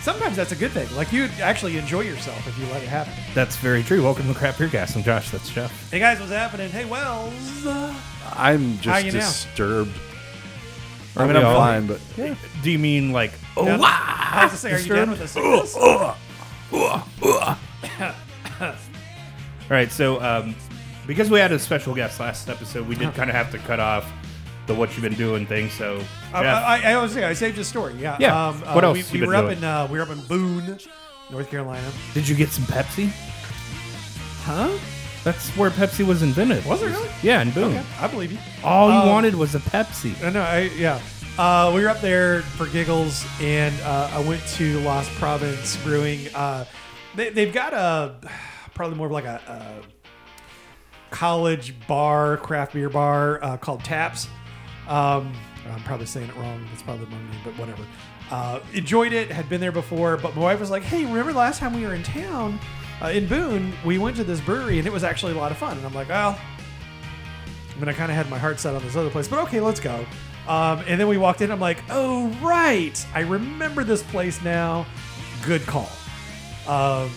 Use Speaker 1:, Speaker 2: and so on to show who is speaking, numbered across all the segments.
Speaker 1: Sometimes that's a good thing. Like you actually enjoy yourself if you let it happen.
Speaker 2: That's very true. Welcome to Crap Beer Cast. I'm Josh. That's Jeff.
Speaker 1: Hey guys, what's happening? Hey Wells.
Speaker 3: I'm just
Speaker 1: you now?
Speaker 3: disturbed.
Speaker 2: I
Speaker 3: I
Speaker 2: mean,
Speaker 3: mean,
Speaker 2: I'm
Speaker 3: I'm fine, but
Speaker 2: Do you mean like? Oh,
Speaker 1: Done-
Speaker 2: wow. Oh.
Speaker 1: I was to say, are you done with this?
Speaker 2: All right. So, um, because we had a special guest last episode, we
Speaker 1: Uh-huh.
Speaker 2: did kind of have to cut off the what you've been doing thing. So,
Speaker 1: I,
Speaker 2: Jeff,
Speaker 1: I, I, I was saying, I saved his story. Yeah.
Speaker 2: Yeah.
Speaker 1: Um,
Speaker 2: What else
Speaker 1: We,
Speaker 2: you
Speaker 1: we
Speaker 2: been
Speaker 1: were up
Speaker 2: doing?
Speaker 1: in uh, we were up in Boone, North Carolina.
Speaker 2: did you get some Pepsi?
Speaker 1: Huh?
Speaker 2: That's where Pepsi was invented.
Speaker 1: Was it really?
Speaker 2: Yeah, and boom.
Speaker 1: Okay, I believe you.
Speaker 2: All you
Speaker 1: Um,
Speaker 2: wanted was a Pepsi.
Speaker 1: I know. I, yeah. Uh, we were up there for giggles, and uh, I went to Las Province Brewing. Uh, they, they've got a probably more of like a, a college bar, craft beer bar uh, called Taps. Um, I'm probably saying it wrong. That's probably the wrong name, but whatever. Uh, enjoyed it. Had been there before, but my wife was like, "Hey, remember last time we were in town uh, in Boone? We went to this brewery, and it was actually a lot of fun." And I'm like, "Well." I mean, I kind of had my heart set on this other place, but okay, let's go. Um, and then we walked in. I'm like, oh right, I remember this place now. Good call. Um,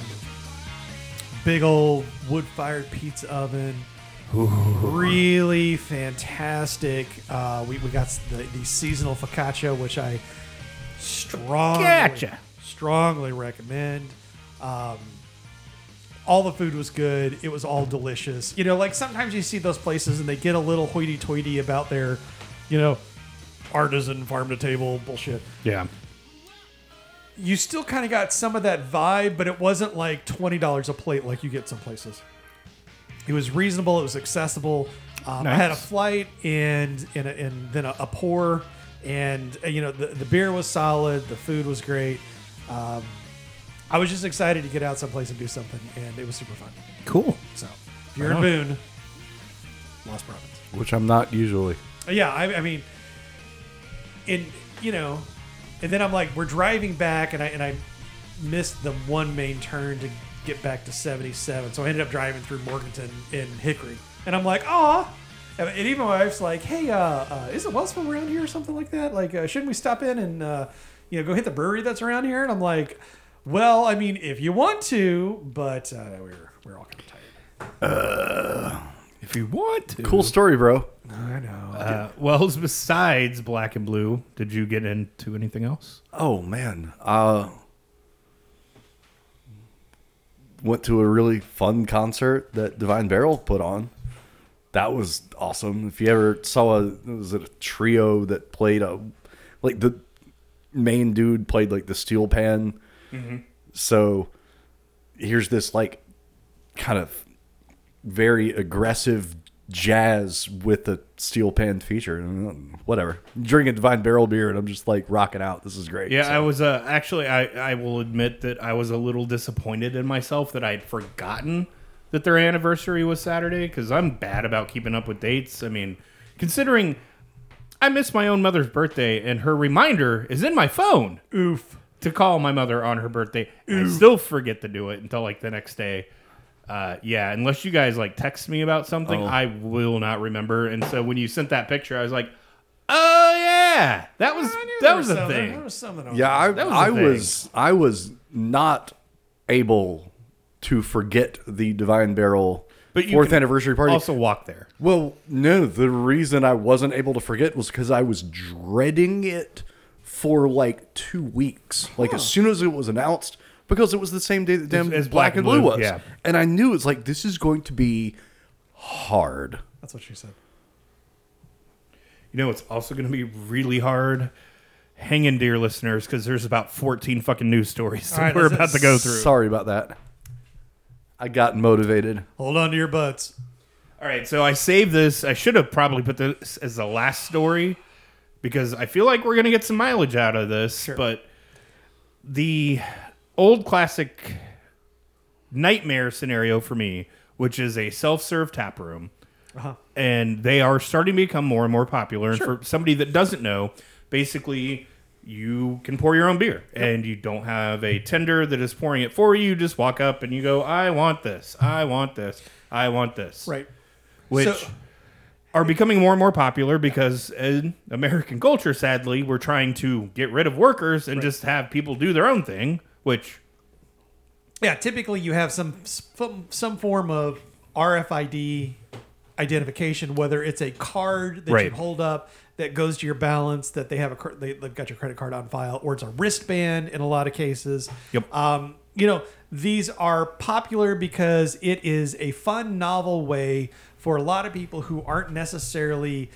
Speaker 1: big old wood-fired pizza oven. Really fantastic. Uh, we, we got the, the seasonal focaccia, which I strongly
Speaker 2: Focaccia.
Speaker 1: strongly recommend. Um, all the food was good. It was all delicious. You know, like sometimes you see those places and they get a little hoity-toity about their, you know, artisan farm-to-table bullshit
Speaker 2: Yeah.
Speaker 1: you still kind of got some of that vibe, but it wasn't like twenty dollars a plate like you get some places. It was reasonable. It was accessible. Um, I had a
Speaker 2: Nice.
Speaker 1: flight and and, a, and then a, a pour, and uh, you know the, the beer was solid. The food was great. Um, I was just excited to get out someplace and do something, and it was super fun.
Speaker 2: Cool.
Speaker 1: So if you're in
Speaker 2: Right
Speaker 1: Boone, Lost Province.
Speaker 3: which I'm not usually.
Speaker 1: Yeah, I, I mean, in you know, and then I'm like, we're driving back, and I and I missed the one main turn to get back to 77, so I ended up driving through Morganton in Hickory, and I'm like, ah. And and even my wife's like, "Hey, uh, uh, isn't Wellsville around here or something like that? Like, uh, shouldn't we stop in and uh, you know go hit the brewery that's around here?" And I'm like, "Well, I mean, if you want to, but uh, we're we're all kind of tired."
Speaker 2: If you want to.
Speaker 3: Cool story, bro.
Speaker 1: I know.
Speaker 2: Uh, well, besides Black and Blue, did you get into anything else?
Speaker 3: Oh man, uh, went to a really fun concert that Divine Barrel put on. That was awesome. If you ever saw a was it a trio that played a like the main dude played like the steel pan. So here's this like kind of very aggressive jazz with a steel pan feature. And Whatever. Drinking Divine Barrel beer and I'm just like rocking out. This is great.
Speaker 2: Yeah,
Speaker 3: So-
Speaker 2: I was uh, actually. I I will admit that I was a little disappointed in myself that I had forgotten that their anniversary was Saturday because I'm bad about keeping up with dates. I mean, considering I missed my own mother's birthday and her reminder is in my phone. Oof. To call my mother on her birthday, I still forget to do it until like the next day. Uh, yeah, unless you guys like text me about something, I will not remember. And so when you sent that picture, I was like, "Oh yeah, that was that was a thing."
Speaker 1: That was something. over
Speaker 3: Yeah, I,
Speaker 2: That was
Speaker 3: I
Speaker 2: the thing.
Speaker 3: was I was not able to forget the Divine Barrel
Speaker 2: But you
Speaker 3: fourth
Speaker 2: can
Speaker 3: anniversary party.
Speaker 2: also walk there.
Speaker 3: well, no, the reason I wasn't able to forget was because I was dreading it for like two weeks. Like as soon as it was announced, because it was the same day that damn
Speaker 2: as
Speaker 3: Black, and Blue, was,
Speaker 2: yeah.
Speaker 3: and I knew it's like this is going to be hard.
Speaker 1: That's what she said.
Speaker 2: You know, it's also going to be really hard. Hang in, dear listeners, because there's about 14 fucking news stories that
Speaker 1: All right,
Speaker 2: we're
Speaker 1: let's-
Speaker 2: about to go through.
Speaker 3: Sorry about that. I got motivated.
Speaker 1: Hold on to your butts.
Speaker 2: All right, so I saved this. I should have probably put this as the last story because I feel like we're going to get some mileage out of this. But the old classic nightmare scenario for me, which is a self serve tap room,
Speaker 1: Uh-huh.
Speaker 2: and they are starting to become more and more popular. And for somebody that doesn't know, basically you can pour your own beer and you don't have a tender that is pouring it for you. You Just walk up and you go, I want this. I want this. I want this.
Speaker 1: Right.
Speaker 2: Which
Speaker 1: So-
Speaker 2: are becoming more and more popular because in American culture, sadly, we're trying to get rid of workers and just have people do their own thing, which
Speaker 1: Yeah, typically you have some some, some form of RFID identification, whether it's a card that you
Speaker 2: Right.
Speaker 1: hold up that goes to your balance that they have a cr- they, they've got your credit card on file, or it's a wristband in a lot of cases.
Speaker 2: Yep.
Speaker 1: Um, you know, these are popular because it is a fun, novel way for a lot of people who aren't necessarily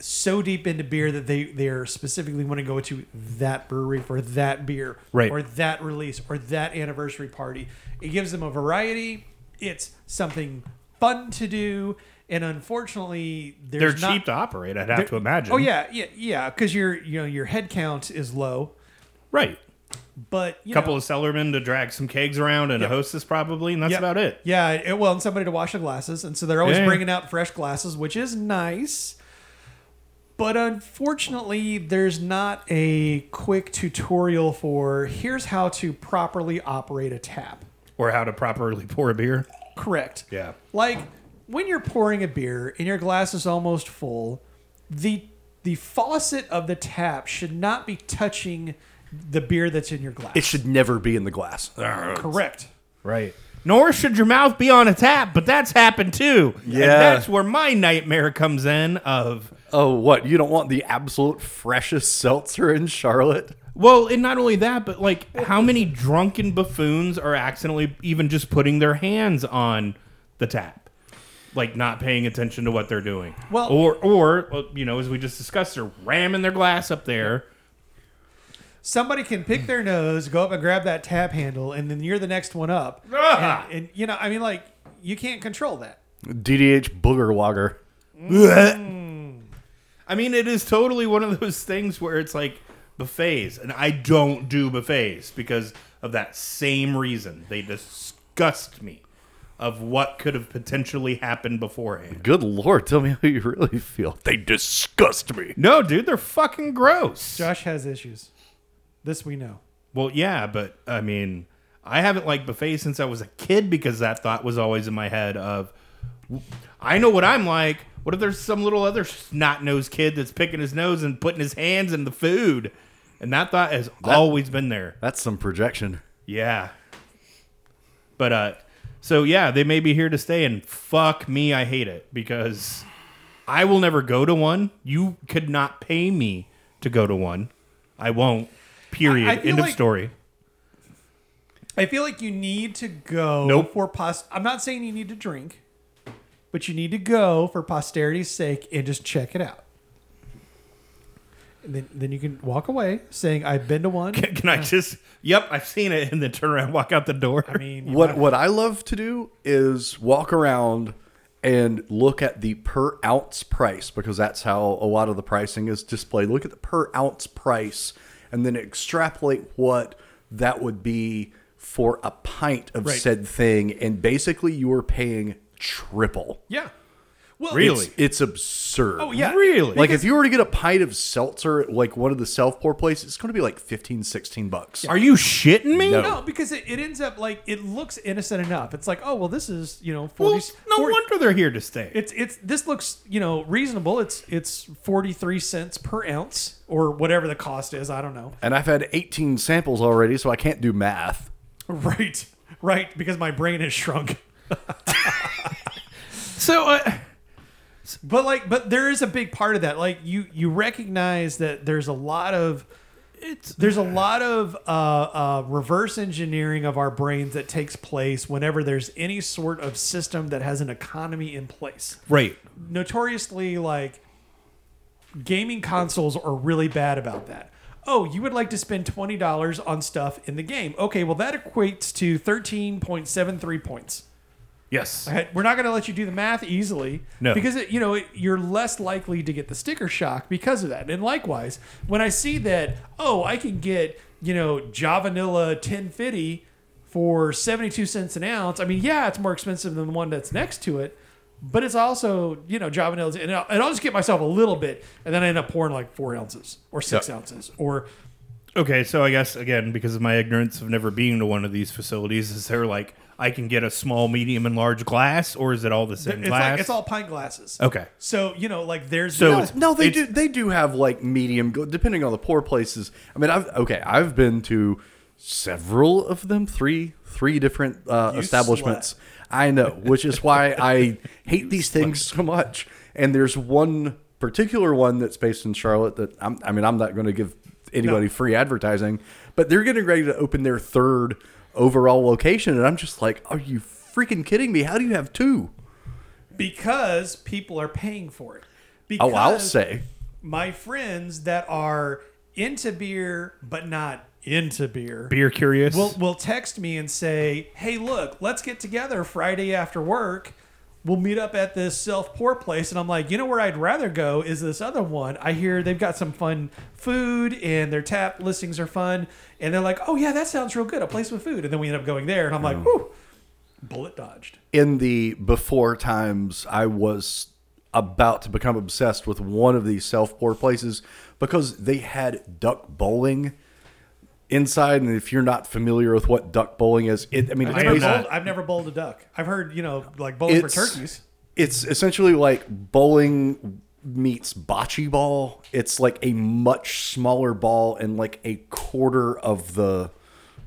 Speaker 1: so deep into beer that they they're specifically want to go to that brewery for that beer
Speaker 2: Right.
Speaker 1: or that release or that anniversary party it gives them a variety it's something fun to do and unfortunately
Speaker 2: they're
Speaker 1: there's not,
Speaker 2: cheap to operate, I'd have
Speaker 1: there-
Speaker 2: to imagine.
Speaker 1: oh yeah yeah yeah because your you know your head count is low
Speaker 2: Right.
Speaker 1: but you
Speaker 2: A couple
Speaker 1: know,
Speaker 2: of cellarmen to drag some kegs around and
Speaker 1: Yep.
Speaker 2: a hostess probably, and that's
Speaker 1: yeah,
Speaker 2: about it.
Speaker 1: yeah it- well and somebody to wash the glasses and so they're always
Speaker 2: Yeah.
Speaker 1: bringing out fresh glasses which is nice But unfortunately, there's not a quick tutorial for here's how to properly operate a tap.
Speaker 2: Or how to properly pour a beer.
Speaker 1: Correct.
Speaker 2: Yeah.
Speaker 1: Like when you're pouring a beer and your glass is almost full, the the faucet of the tap should not be touching the beer that's in your glass.
Speaker 3: It should never be in the glass. Arrgh.
Speaker 1: correct.
Speaker 2: Right. Nor should your mouth be on a tap, but that's happened too. And
Speaker 3: Yeah.
Speaker 2: that's where my nightmare comes in of
Speaker 3: Oh, what? You don't want the absolute freshest seltzer in Charlotte?
Speaker 2: well, and not only that, but like how many drunken buffoons are accidentally even just putting their hands on the tap? Like not paying attention to what they're doing.
Speaker 1: Well-
Speaker 2: or or well, you know, as we just discussed, they're ramming their glass up there.
Speaker 1: Somebody can pick their nose, go up and grab that tap handle, and then you're the next one up.
Speaker 2: Ah.
Speaker 1: And, and you know, I mean, like you can't control that.
Speaker 3: DDH Booger Wogger.
Speaker 2: I mean, it is totally one of those things where it's like buffets, and I don't do buffets because of that same reason. They disgust me of what could have potentially happened beforehand.
Speaker 3: Good lord, tell me how you really feel. They disgust me.
Speaker 2: No, dude, they're fucking gross.
Speaker 1: Josh has issues. This we know.
Speaker 2: Well, yeah, but I mean, I haven't liked buffets since I was a kid because that thought was always in my head of, I know what I'm like. What if there's some little other snot nosed kid that's picking his nose and putting his hands in the food? And that thought has always been there.
Speaker 3: That's some projection.
Speaker 2: Yeah. But uh so yeah, they may be here to stay and fuck me, I hate it because I will never go to one. You could not pay me to go to one. I won't. Period.
Speaker 1: I- I feel
Speaker 2: End of
Speaker 1: like-
Speaker 2: story.
Speaker 1: I feel like you need to go
Speaker 2: Nope.
Speaker 1: for pos. I'm not saying you need to drink, but you need to go for posterity's sake and just check it out. And then, then you can walk away saying, "I've been to one."
Speaker 2: Can, can I just Yep, I've seen it and then turn around and walk out the door.
Speaker 1: I mean, you
Speaker 3: What what I love to do is walk around and look at the per ounce price because that's how a lot of the pricing is displayed. Look at the per ounce price and then extrapolate what that would be for a pint of
Speaker 1: Right.
Speaker 3: said thing and basically you are paying triple.
Speaker 1: yeah. Well,
Speaker 2: Really?
Speaker 1: it's-
Speaker 3: It's absurd.
Speaker 1: Oh yeah.
Speaker 2: Really?
Speaker 3: Like if you were to get a pint of seltzer at like one of the self pour places, it's going to be like 15 16 bucks.
Speaker 2: Are you shitting me?
Speaker 1: No, because it, it ends up like it looks innocent enough. It's like, oh well, this is you know
Speaker 2: Well,
Speaker 1: forty.
Speaker 2: no
Speaker 1: 40
Speaker 2: wonder they're here to stay.
Speaker 1: It's it's this looks you know reasonable. It's it's forty three cents per ounce or whatever the cost is. I don't know.
Speaker 3: And I've had 18 samples already, so I can't do math.
Speaker 1: Right, right, because my brain has shrunk.
Speaker 2: so uh,
Speaker 1: But like, but there is a big part of that. Like you, you recognize that there's a lot of
Speaker 2: it's
Speaker 1: there's a lot of uh, uh, reverse engineering of our brains that takes place whenever there's any sort of system that has an economy in place.
Speaker 2: right.
Speaker 1: Notoriously, like gaming consoles are really bad about that. Oh, you would like to spend twenty dollars on stuff in the game? Okay, well that equates to thirteen point seven three points.
Speaker 2: Yes.
Speaker 1: Right? We're not going to let you do the math easily,
Speaker 2: No.
Speaker 1: because it, you know it, you're less likely to get the sticker shock because of that. And likewise, when I see that, oh, I can get you know Javanilla 1050 for 72 cents an ounce. I mean, yeah, it's more expensive than the one that's next to it, but it's also you know Javanilla's, and I'll, and I'll just get myself a little bit, and then I end up pouring like four ounces or six
Speaker 3: Yeah.
Speaker 1: ounces or
Speaker 2: Okay, so I guess again because of my ignorance of never being to one of these facilities, is there like I can get a small, medium, and large glass, or is it all the same
Speaker 1: It's
Speaker 2: glass?
Speaker 1: like it's all pine glasses.
Speaker 2: okay.
Speaker 1: So you know, like there's
Speaker 2: So
Speaker 1: no-
Speaker 2: it's-
Speaker 3: No, they do. They do have like medium, go- depending on the poor places. I mean, I've okay, I've been to several of them, three, three different uh,
Speaker 1: You
Speaker 3: establishments. I know, which is why I hate these things so much. And there's one particular one that's based in Charlotte that I'm, I mean, I'm not going to give anybody free advertising, but they're getting ready to open their third overall location, and I'm just like, are you freaking kidding me? How do you have two?
Speaker 1: because people are paying for it. Because
Speaker 3: Oh, I'll say.
Speaker 1: my friends that are into beer but not into beer,
Speaker 2: Beer curious.
Speaker 1: will will text me and say, "Hey, look, let's get together Friday after work. We'll meet up at this self pour place." And I'm like, "You know where I'd rather go is this other one. I hear they've got some fun food and their tap listings are fun." And they're like, "Oh yeah, that sounds real good. A place with food." And then we end up going there, and I'm like, "Whew, bullet dodged."
Speaker 3: in the before times, I was about to become obsessed with one of these self pour places because they had duck bowling inside. And if you're not familiar with what duck bowling is, it, I mean,
Speaker 1: I've
Speaker 3: it's
Speaker 1: never,
Speaker 2: am
Speaker 3: basically-
Speaker 2: not.
Speaker 1: bowled, I've never bowled a duck. I've heard you know like bowling for
Speaker 3: it's,
Speaker 1: turkeys.
Speaker 3: it's essentially like bowling meets bocce ball. It's like a much smaller ball and like a quarter of the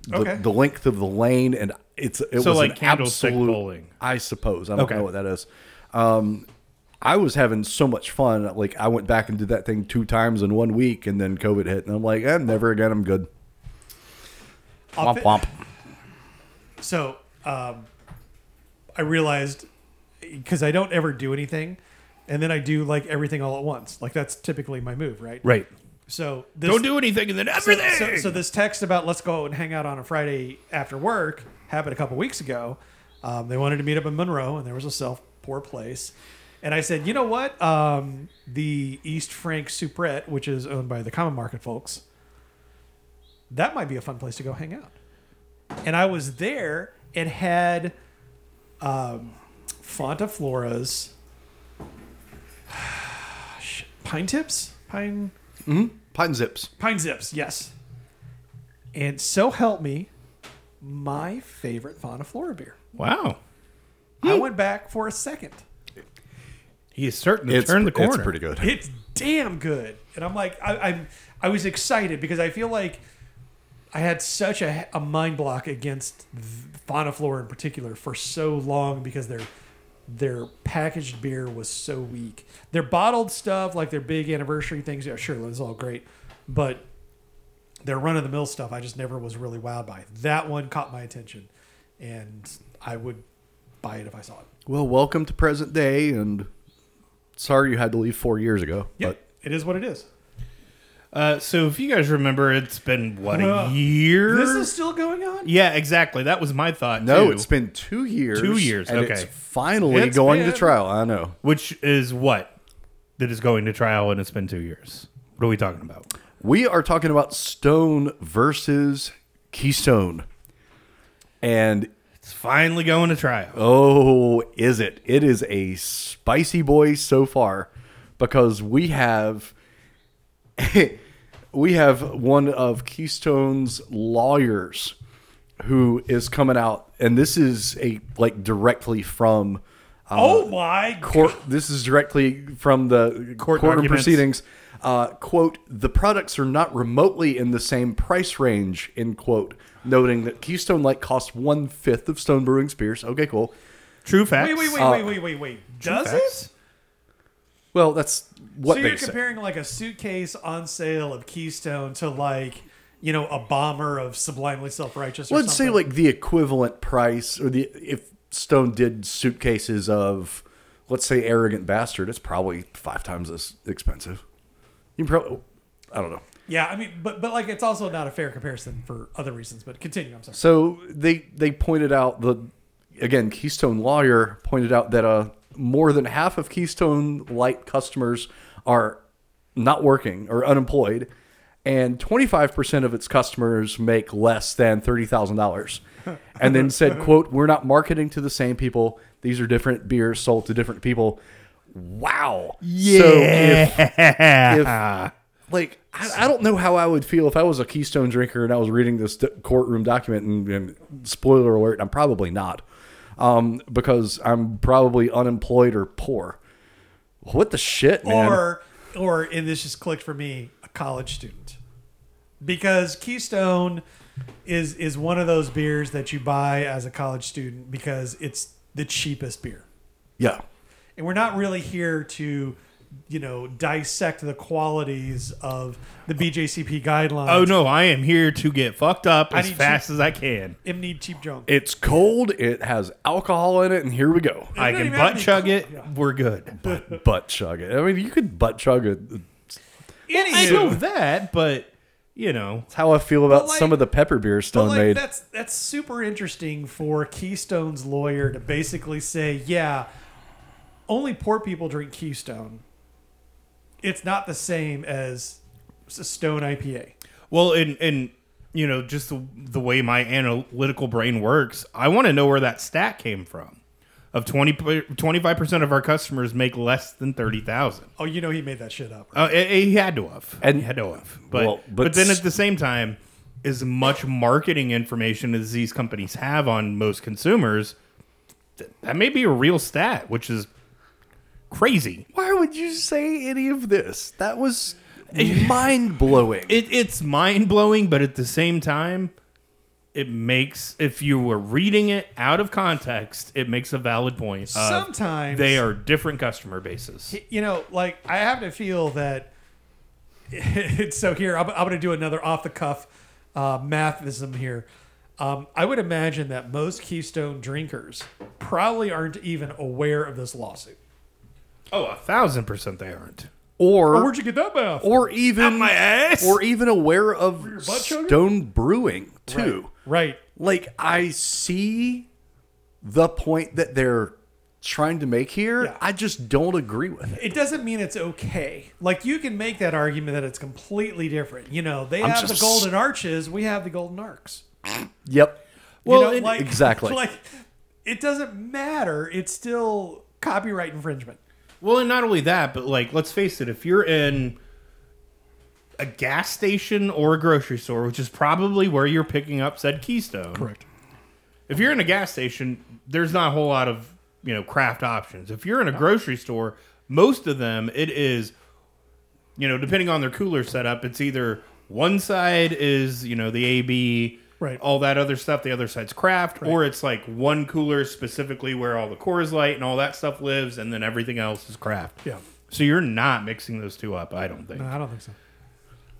Speaker 3: the,
Speaker 1: Okay.
Speaker 3: the length of the lane, and it's it
Speaker 2: So
Speaker 3: was
Speaker 2: like
Speaker 3: an
Speaker 2: candlestick
Speaker 3: absolute,
Speaker 2: bowling.
Speaker 3: I suppose I don't
Speaker 2: Okay.
Speaker 3: know what that is. Um, I was having so much fun. Like I went back and did that thing two times in one week, and then COVID hit, and I'm like, eh, never again. I'm good.
Speaker 1: I'll
Speaker 3: Womp
Speaker 1: fi-
Speaker 3: womp.
Speaker 1: So um, I realized because I don't ever do anything, and then I do like everything all at once. Like that's typically my move, right?
Speaker 2: right.
Speaker 1: So this,
Speaker 2: Don't do anything and then
Speaker 1: so,
Speaker 2: everything.
Speaker 1: so, so this text about let's go and hang out on a Friday after work happened a couple weeks ago. Um, they wanted to meet up in Monroe, and there was a self poor place. And I said, you know what? Um, the East Frank Supret, which is owned by the Common Market folks, that might be a fun place to go hang out. And I was there and had um, Fonta Flora's shit, pine tips, pine
Speaker 3: Pine zips.
Speaker 1: Pine Zips, yes. And so help me, my favorite Fauna Flora beer.
Speaker 2: wow.
Speaker 1: I went back for a second.
Speaker 2: He is certain to turn the corner.
Speaker 3: It's pretty good.
Speaker 1: It's damn good, and I'm like, I, I'm, I was excited because I feel like I had such a, a mind block against Fauna Flora in particular for so long because their their packaged beer was so weak. Their bottled stuff, like their big anniversary things, yeah, sure, that's all great, but their run of the mill stuff, I just never was really wowed by. That one caught my attention, and I would buy it if I saw it.
Speaker 3: Well, welcome to present day, and sorry you had to leave four years ago.
Speaker 1: Yeah, it is what it is.
Speaker 2: Uh, so if you guys remember, it's been what
Speaker 1: Uh,
Speaker 2: a year.
Speaker 1: This is still going on.
Speaker 2: yeah, exactly. That was my thought.
Speaker 3: But no,
Speaker 2: too,
Speaker 3: it's been two years.
Speaker 2: Two years,
Speaker 3: and It's
Speaker 2: okay.
Speaker 3: finally
Speaker 2: It's
Speaker 3: going
Speaker 2: been-
Speaker 3: to trial. I know.
Speaker 2: which is what that is going to trial, and it's been two years. What are we talking about?
Speaker 3: We are talking about Stone versus Keystone, and
Speaker 2: It's finally going to trial.
Speaker 3: oh, is it? It is a spicy boy so far, because we have we have one of Keystone's lawyers who is coming out, and this is a like directly from. Uh,
Speaker 1: Oh my god.
Speaker 3: court. This is directly from the
Speaker 2: Court
Speaker 3: courtroom
Speaker 2: documents.
Speaker 3: proceedings. Uh, quote: The products are not remotely in the same price range. End quote. Noting that Keystone Light costs one fifth of Stone Brewing's beers. Okay, cool.
Speaker 2: True facts.
Speaker 1: Wait, wait, wait,
Speaker 3: Uh,
Speaker 1: wait, wait, wait, wait. Does
Speaker 2: facts?
Speaker 1: it?
Speaker 3: Well, that's what
Speaker 1: so
Speaker 3: they
Speaker 1: you're
Speaker 3: say.
Speaker 1: comparing like a suitcase on sale of Keystone to like, you know, a bomber of sublimely self-righteous. Or
Speaker 3: Let's say
Speaker 1: something.
Speaker 3: like the equivalent price, or the if Stone did suitcases of, let's say, arrogant bastard. It's probably five times as expensive. You probably, I don't know.
Speaker 1: yeah, I mean, but but like it's also not a fair comparison for other reasons. But continue. I'm sorry.
Speaker 3: So they they pointed out the again Keystone lawyer pointed out that uh more than half of Keystone Light customers are not working or unemployed, and 25% of its customers make less than $30,000. And then said, quote, we're not marketing to the same people. These are different beers sold to different people. Wow. Yeah. So if, if like I, I don't know how I would feel if I was a Keystone drinker and I was reading this d- courtroom document. And, and spoiler alert, I'm probably not, um, because I'm probably unemployed or poor. What the shit, man?
Speaker 1: or or and this just clicked for me a college student because keystone is is one of those beers that you buy as a college student because it's the cheapest beer
Speaker 3: yeah,
Speaker 1: and we're not really here to you know dissect the qualities of the bjcp guidelines
Speaker 2: Oh no, I am here to get fucked up
Speaker 1: I
Speaker 2: as
Speaker 1: need
Speaker 2: fast as I can.
Speaker 1: Em need cheap junk
Speaker 3: it's cold. It has alcohol in it, and here we go.
Speaker 2: I
Speaker 1: don't
Speaker 2: can
Speaker 1: even have
Speaker 2: butt
Speaker 1: any
Speaker 2: chug
Speaker 1: cool-
Speaker 2: it.
Speaker 1: yeah.
Speaker 2: We're good.
Speaker 3: butt chug it. I mean, you could butt chug it.
Speaker 2: I know that, but you know,
Speaker 3: That's how I feel about
Speaker 1: like-
Speaker 3: some of the pepper beer
Speaker 1: But,
Speaker 3: Stone
Speaker 1: like,
Speaker 3: made.
Speaker 1: That's that's super interesting for Keystone's lawyer to basically say, yeah, only poor people drink Keystone. It's not the same as s- Stone IPA.
Speaker 2: well, and and you know, just the, the way my analytical brain works, I want to know where that stat came from. Of 25 percent of our customers make less than thirty thousand.
Speaker 1: Oh, you know he made that shit up.
Speaker 2: Uh, it- it- he had to have,
Speaker 3: And-
Speaker 2: he had to have. But,
Speaker 3: Well,
Speaker 2: but
Speaker 3: but
Speaker 2: then
Speaker 3: s-
Speaker 2: at the same time, as much marketing information as these companies have on most consumers, th- that may be a real stat, which is crazy.
Speaker 3: Why would you say any of this? That was mind blowing.
Speaker 2: It, it's mind blowing, but at the same time, it makes if you were reading it out of context, it makes a valid point. of
Speaker 1: Sometimes-
Speaker 2: Uh, they are different customer bases.
Speaker 1: You know, like I have to feel that. so here, I'm, I'm going to do another off the cuff uh, mathism here. Um, I would imagine that most Keystone drinkers probably aren't even aware of this lawsuit.
Speaker 2: Oh, a thousand percent they aren't.
Speaker 1: Oh,
Speaker 3: Or
Speaker 1: where'd you get that math?
Speaker 3: or even
Speaker 2: My ass.
Speaker 3: or even aware of
Speaker 1: butt chug?
Speaker 3: Stone Brewing too.
Speaker 1: right.
Speaker 3: Like I see the point that they're trying to make here.
Speaker 1: Yeah.
Speaker 3: I just don't agree with it.
Speaker 1: it doesn't mean it's okay. Like you can make that argument that it's completely different. You know, they have the
Speaker 3: just-
Speaker 1: golden arches, we have the golden arcs.
Speaker 3: Yep.
Speaker 1: You
Speaker 2: Well,
Speaker 1: know,
Speaker 2: and-
Speaker 1: like
Speaker 3: exactly.
Speaker 1: Like it doesn't matter. It's still copyright infringement.
Speaker 2: Well, and not only that, but like, let's face it, if you're in a gas station or a grocery store, which is probably where you're picking up said Keystone,
Speaker 1: Correct.
Speaker 2: if you're in a gas station, there's not a whole lot of, you know, craft options. If you're in a grocery store, most of them, it is, you know, depending on their cooler setup, it's either one side is, you know, the AB.
Speaker 1: Right.
Speaker 2: All that other stuff. The other side's craft, or it's like one cooler specifically where all the Coors Light and all that stuff lives, and then everything else is craft.
Speaker 1: Yeah.
Speaker 2: So you're not mixing those two up, I don't think,
Speaker 1: No, I don't think so.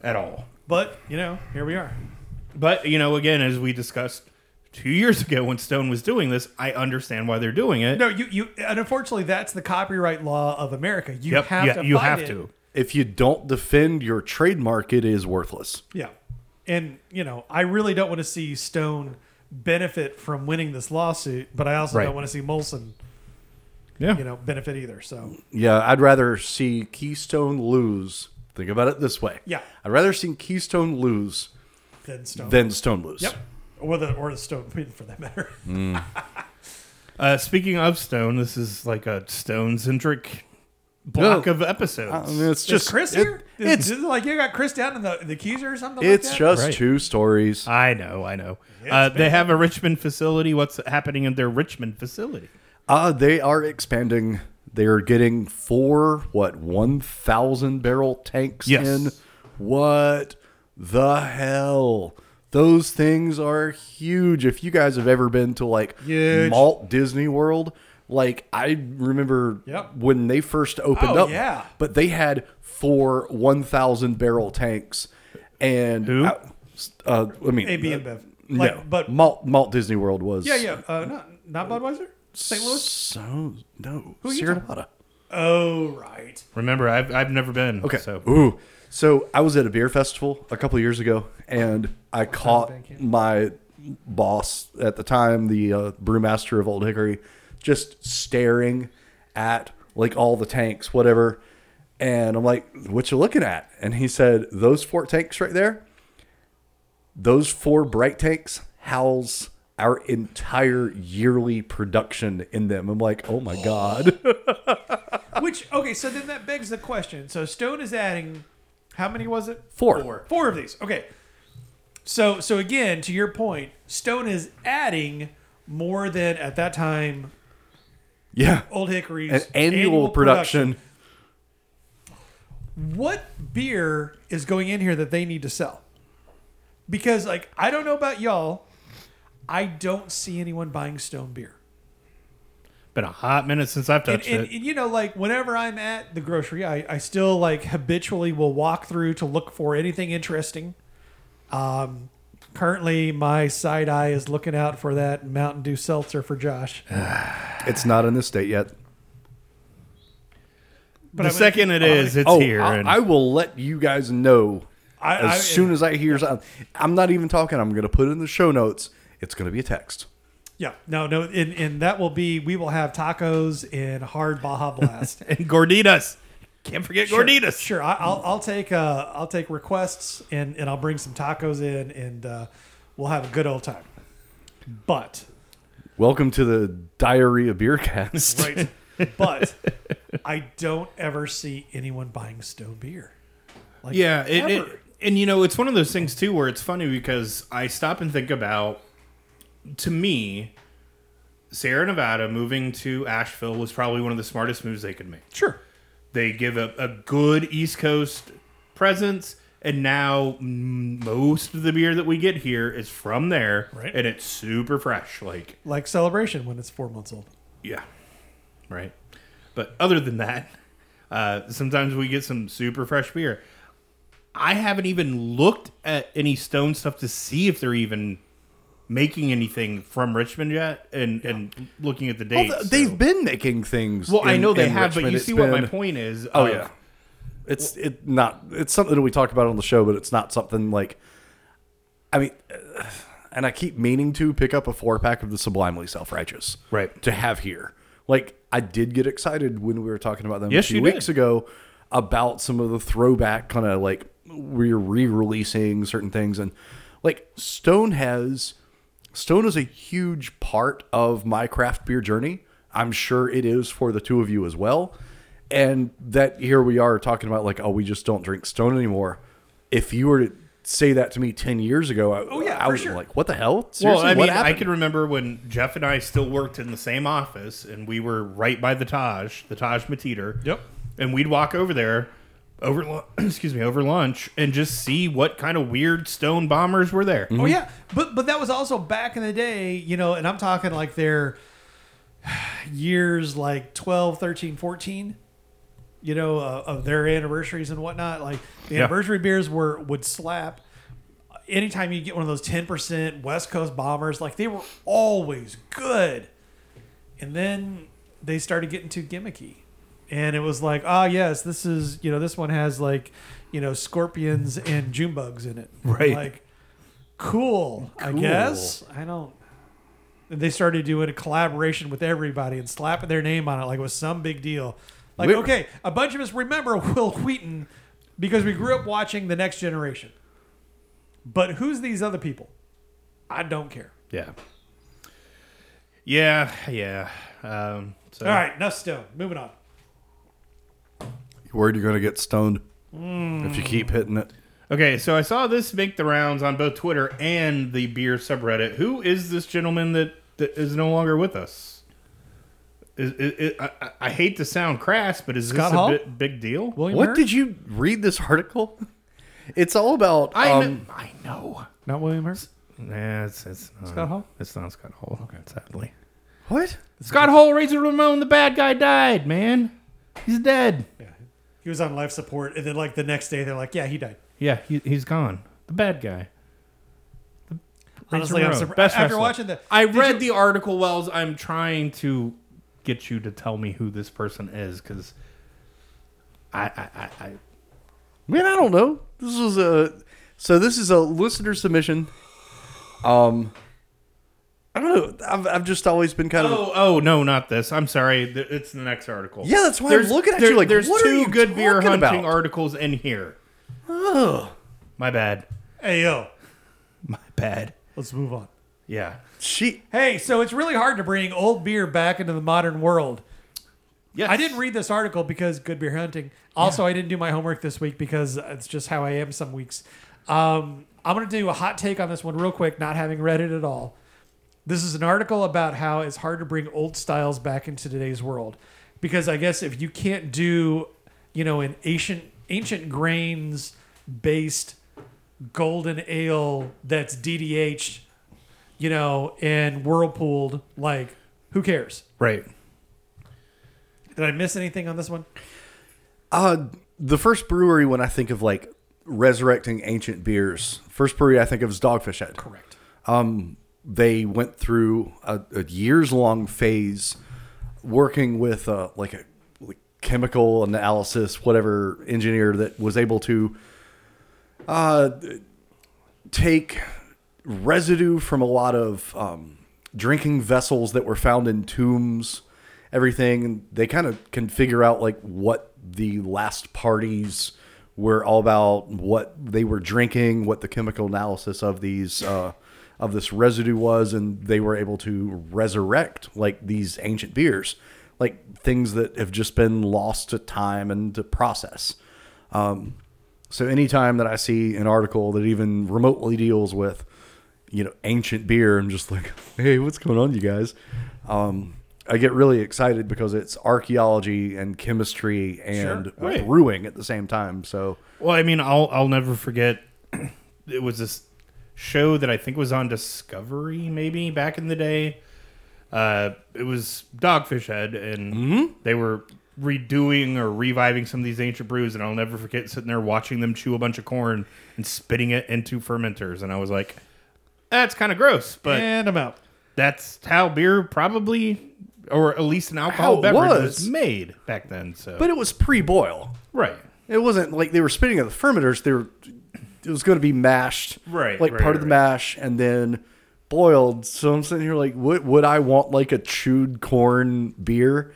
Speaker 2: at all.
Speaker 1: But you know, here we are.
Speaker 2: But, you know, again, as we discussed two years ago when Stone was doing this, I understand why they're doing it.
Speaker 1: No, you you and unfortunately that's the copyright law of America. You
Speaker 2: Yep,
Speaker 1: have
Speaker 2: yeah,
Speaker 1: to
Speaker 2: you
Speaker 1: fight
Speaker 2: have
Speaker 1: it.
Speaker 2: to.
Speaker 3: If you don't defend your trademark, it is worthless.
Speaker 1: Yeah. And, you know, I really don't want to see Stone benefit from winning this lawsuit, but I also
Speaker 2: Right.
Speaker 1: don't want to see Molson,
Speaker 2: Yeah.
Speaker 1: you know, benefit either. So
Speaker 3: Yeah, I'd rather see Keystone lose. Think about it this way.
Speaker 1: Yeah.
Speaker 3: I'd rather see Keystone lose
Speaker 1: then Stone.
Speaker 3: than Stone lose.
Speaker 1: Yep. Or the or the Stone for that matter.
Speaker 2: Uh, speaking of Stone, this is like a Stone centric block
Speaker 3: No.
Speaker 2: of episodes.
Speaker 3: I mean, it's
Speaker 1: Just
Speaker 3: just
Speaker 1: Chris
Speaker 3: it-
Speaker 1: here? Is-
Speaker 3: It's
Speaker 1: is it like you got Chris down in the the keys or something. like
Speaker 3: it's
Speaker 1: that?
Speaker 3: just
Speaker 2: Right.
Speaker 3: two stories.
Speaker 2: I know, I know. Uh, they have a Richmond facility. What's happening in their Richmond facility?
Speaker 3: Uh, they are expanding. They are getting four, what, 1,000 barrel tanks
Speaker 2: Yes.
Speaker 3: in? What the hell? Those things are huge. If you guys have ever been to like
Speaker 1: Huge.
Speaker 3: Malt Disney World, like I remember
Speaker 1: Yep.
Speaker 3: when they first opened
Speaker 1: Oh,
Speaker 3: up,
Speaker 1: yeah.
Speaker 3: but they had four 1,000 barrel tanks. And
Speaker 2: Who?
Speaker 3: I, uh, I mean,
Speaker 1: A B and Bev.
Speaker 3: No,
Speaker 1: Like, but
Speaker 3: but Malt Malt Disney World was
Speaker 1: yeah, yeah. Uh, not not Budweiser. St. Louis.
Speaker 3: so no,
Speaker 1: are you
Speaker 3: Sierra
Speaker 1: talking-
Speaker 3: Nevada.
Speaker 1: Oh right.
Speaker 2: Remember, I've, I've never been.
Speaker 3: Okay.
Speaker 2: So.
Speaker 3: Ooh. So I was at a beer festival a couple of years ago, and I caught
Speaker 1: Van Camp?
Speaker 3: my boss at the time, the uh, brewmaster of Old Hickory, just staring at like all the tanks, whatever. And I'm like, "What you looking at?" And he said, "Those four tanks right there. Those four bright tanks house." Our entire yearly production in them. I'm like, oh my god.
Speaker 1: Which okay, so then that begs the question. So Stone is adding How many was it?
Speaker 3: Four.
Speaker 1: Four, Four of these. Okay. So so again, to your point, Stone is adding more than at that time
Speaker 3: Yeah.
Speaker 1: Old Hickory's
Speaker 3: An annual, production.
Speaker 1: What beer is going in here that they need to sell? Because like I don't know about y'all, I don't see anyone buying Stone beer.
Speaker 2: Been a hot minute since I've
Speaker 1: and,
Speaker 2: touched
Speaker 1: and,
Speaker 2: it.
Speaker 1: and, you know like whenever i'm at the grocery I, I still like habitually will walk through to look for anything interesting um currently my side eye is looking out for that mountain dew seltzer for josh
Speaker 3: It's not in this state yet.
Speaker 1: but
Speaker 2: the
Speaker 1: I'm gonna
Speaker 2: second it
Speaker 1: keep-
Speaker 2: is, it's
Speaker 3: oh,
Speaker 2: here.
Speaker 3: I,
Speaker 2: and
Speaker 3: I will let you guys know
Speaker 1: I-
Speaker 3: as
Speaker 1: I-
Speaker 3: soon as I hear something. I'm not even talking. I'm going to put it in the show notes. It's going to be a text.
Speaker 1: yeah no no and, and that will be we will have tacos and hard baja blast
Speaker 2: and gorditas. Can't forget
Speaker 1: Sure,
Speaker 2: gorditas.
Speaker 1: Sure, I, I'll, I'll take uh, I'll take requests and and I'll bring some tacos in and uh, we'll have a good old time. But
Speaker 3: Welcome to the Diary of Beer Cast.
Speaker 1: right? but I don't ever see anyone buying stone beer. Like,
Speaker 2: Yeah, it,
Speaker 1: ever.
Speaker 2: it- and you know it's one of those things too where it's funny because I stop and think about to me, Sierra Nevada moving to Asheville was probably one of the smartest moves they could make.
Speaker 1: sure.
Speaker 2: They give a, a good East Coast presence, and now m- most of the beer that we get here is from there,
Speaker 1: Right.
Speaker 2: and it's super fresh. Like,
Speaker 1: Like celebration when it's four months old.
Speaker 2: yeah, right. But other than that, uh, sometimes we get some super fresh beer. I haven't even looked at any Stone stuff to see if they're even making anything from Richmond yet, and and looking at the dates.
Speaker 3: Well,
Speaker 2: so-
Speaker 3: th- They've been making things.
Speaker 2: well, I
Speaker 3: in-
Speaker 2: know they
Speaker 3: in
Speaker 2: have, but
Speaker 3: Richmond.
Speaker 2: you
Speaker 3: It's
Speaker 2: see what my
Speaker 3: been-
Speaker 2: point is.
Speaker 3: Oh
Speaker 2: of-
Speaker 3: yeah, it's it not. It's something that we talked about on the show, but it's not something like. I mean, uh, and I keep meaning to pick up a four pack of the Sublimely Self Righteous,
Speaker 2: Right.
Speaker 3: To have here, like I did get excited when we were talking about them
Speaker 2: Yes,
Speaker 3: a few
Speaker 2: you
Speaker 3: weeks
Speaker 2: did.
Speaker 3: ago about some of the throwback kind of like we're re-releasing certain things and like Stone has Stone is a huge part of my craft beer journey. I'm sure it is for the two of you as well. And that here we are talking about like, oh, we just don't drink Stone anymore. If you were to say that to me ten years ago, I,
Speaker 2: Oh,
Speaker 1: yeah,
Speaker 3: I
Speaker 1: for
Speaker 3: was
Speaker 1: sure.
Speaker 3: like, what the hell? Seriously,
Speaker 2: Well, I
Speaker 3: what
Speaker 2: mean, I
Speaker 3: happened?
Speaker 2: can remember when Jeff and I still worked in the same office, and we were right by the Taj, the Taj Mateater.
Speaker 1: Yep.
Speaker 2: And we'd walk over there, over lu- excuse me, over lunch, and just see what kind of weird stone bombers were there.
Speaker 1: Oh yeah, but but that was also back in the day, you know, and I'm talking like their years like 12, 13, 14, you know, uh, of their anniversaries and whatnot. Like the
Speaker 2: Yeah.
Speaker 1: anniversary beers were would slap. Anytime you get one of those 10% West Coast bombers, like they were always good. And then they started getting too gimmicky. And it was like, ah, yes, this is, you know, this one has like, you know, scorpions and June bugs in it.
Speaker 2: Right.
Speaker 1: Like, cool, I guess. I don't. And they started doing a collaboration with everybody and slapping their name on it like it was some big deal. Like,
Speaker 3: We-
Speaker 1: okay, a bunch of us remember Will Wheaton because we grew up watching The Next Generation. But who's these other people? I don't care.
Speaker 2: Yeah. Yeah, yeah. Um, so
Speaker 1: All right, enough stone. Moving on.
Speaker 3: You worried you're going to get stoned if you keep hitting it?
Speaker 2: Okay, so I saw this make the rounds on both Twitter and the beer subreddit. Who is this gentleman that, that is no longer with us? Is, is, is, I, I- I hate to sound crass, but is
Speaker 1: Scott
Speaker 2: this
Speaker 1: Hall?
Speaker 2: a bit, big deal?
Speaker 1: William
Speaker 3: What
Speaker 1: Hurt?
Speaker 3: did you read this article? It's all about.
Speaker 2: I
Speaker 3: um,
Speaker 2: kn- I know.
Speaker 1: Not William Hurt.
Speaker 2: Nah, it's, it's not,
Speaker 1: Scott Hall?
Speaker 2: It's not Scott Hall. Okay, sadly.
Speaker 3: what?
Speaker 2: Scott Hall, Razor Ramon, the bad guy died, man. He's dead.
Speaker 1: Yeah. He was on life support, and then like the next day, they're like, "Yeah, he died."
Speaker 2: Yeah, he, he's gone. The bad guy.
Speaker 1: Honestly, I'm
Speaker 2: Ramon,
Speaker 1: surprised
Speaker 2: best
Speaker 1: after
Speaker 2: wrestler.
Speaker 1: watching that.
Speaker 2: I read the article, Wells. I'm trying to get you to tell me who this person is because I, I, I, I.
Speaker 3: Man, I don't know. This was a so this is a listener submission. Um, I don't know. I've, I've just always been kind of
Speaker 2: Oh, oh no, not this. I'm sorry. Th- It's the next article.
Speaker 3: yeah. That's why I'm looking at
Speaker 2: there-
Speaker 3: you like
Speaker 2: there's
Speaker 3: what
Speaker 2: two
Speaker 3: are you
Speaker 2: good beer
Speaker 3: talking
Speaker 2: hunting
Speaker 3: about?
Speaker 2: articles in here.
Speaker 3: Ugh.
Speaker 2: My bad.
Speaker 1: Hey yo,
Speaker 2: My bad.
Speaker 1: let's move on.
Speaker 2: Yeah.
Speaker 3: She
Speaker 1: Hey, so it's really hard to bring old beer back into the modern world.
Speaker 2: Yes.
Speaker 1: I didn't read this article because good beer hunting. Also, I didn't do my homework this week because it's just how I am some weeks. Um, I'm going to do a hot take on this one real quick, not having read it at all. This is an article about how it's hard to bring old styles back into today's world because I guess if you can't do, you know, an ancient ancient grains based golden ale that's DDH, you know, and whirlpooled, like who cares?
Speaker 2: Right.
Speaker 1: Did I miss anything on this one?
Speaker 3: Uh, the first brewery when I think of like resurrecting ancient beers, first brewery I think of is Dogfish Head.
Speaker 1: Correct.
Speaker 3: They went through a, a years long phase working with uh, like a like chemical analysis, whatever engineer that was able to uh, take residue from a lot of um, drinking vessels that were found in tombs, everything. And They kind of can figure out like what the last parties were all about, what they were drinking, what the chemical analysis of these uh, of this residue was, and they were able to resurrect like these ancient beers, like things that have just been lost to time and to process. So anytime that I see an article that even remotely deals with, you know, ancient beer, I'm just like, hey, what's going on, you guys? Um, I get really excited because it's archaeology and chemistry and
Speaker 2: Sure. Right.
Speaker 3: brewing at the same time. So
Speaker 2: Well, I mean, I'll I'll never forget. It was this show that I think was on Discovery, maybe back in the day. Uh, it was Dogfish Head, and
Speaker 3: Mm-hmm.
Speaker 2: they were redoing or reviving some of these ancient brews. And I'll never forget sitting there watching them chew a bunch of corn and spitting it into fermenters. And I was like, "That's kind of gross," but
Speaker 1: and I'm out.
Speaker 2: that's how beer probably, or at least an alcohol
Speaker 3: How it
Speaker 2: beverage, was.
Speaker 3: was.
Speaker 2: made back then. So,
Speaker 3: but it was pre-boil.
Speaker 2: right,
Speaker 3: It wasn't like they were spitting at the fermenters. They were, it was going to be mashed,
Speaker 2: Right,
Speaker 3: Like
Speaker 2: right,
Speaker 3: part of the
Speaker 2: right.
Speaker 3: mash and then boiled. So I'm sitting here like, would would I want like a chewed corn beer?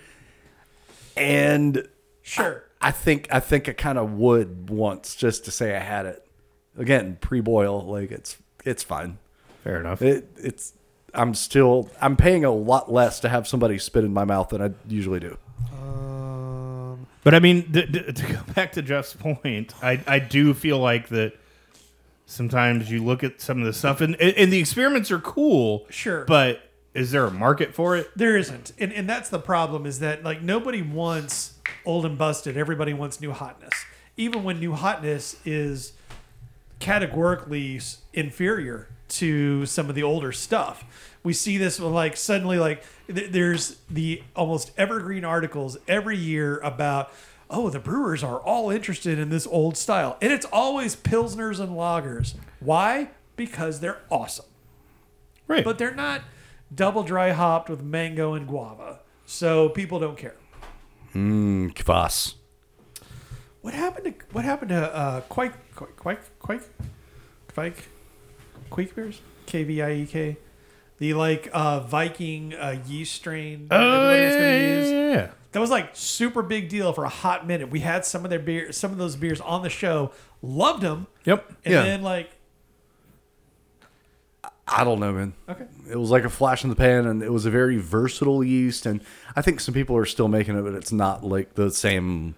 Speaker 3: And
Speaker 1: Sure.
Speaker 3: I think I think I kind of would once just to say I had it. Again, pre-boil, like it's it's fine.
Speaker 2: fair enough.
Speaker 3: It it's I'm still I'm paying a lot less to have somebody spit in my mouth than I usually do.
Speaker 1: Um,
Speaker 2: But I mean, th- th- to go back to Jeff's point, I, I do feel like that sometimes you look at some of the stuff, and, and and the experiments are cool.
Speaker 1: Sure.
Speaker 2: But is there a market for it?
Speaker 1: there isn't, and and that's the problem is that like nobody wants old and busted. Everybody wants new hotness, even when new hotness is categorically s- inferior to some of the older stuff. We see this with, like suddenly like th- there's the almost evergreen articles every year about oh the brewers are all interested in this old style and it's always pilsners and lagers. Why? Because they're awesome.
Speaker 2: Right.
Speaker 1: but they're not double dry hopped with mango and guava, so people don't care.
Speaker 3: Mm, Kvass.
Speaker 1: What happened to what happened to uh, quake quake quake quake quake quake beers? K v i e k, the like uh, Viking uh, yeast strain. that
Speaker 2: oh
Speaker 1: everybody was
Speaker 2: yeah,
Speaker 1: gonna
Speaker 2: yeah,
Speaker 1: use.
Speaker 2: yeah, yeah.
Speaker 1: That was like super big deal for a hot minute. We had some of their beer, some of those beers on the show. Loved them,
Speaker 2: Yep.
Speaker 1: and
Speaker 3: Yeah.
Speaker 1: then like
Speaker 3: I don't know, man.
Speaker 1: okay,
Speaker 3: It was like a flash in the pan and it was a very versatile yeast and I think some people are still making it but it's not like the same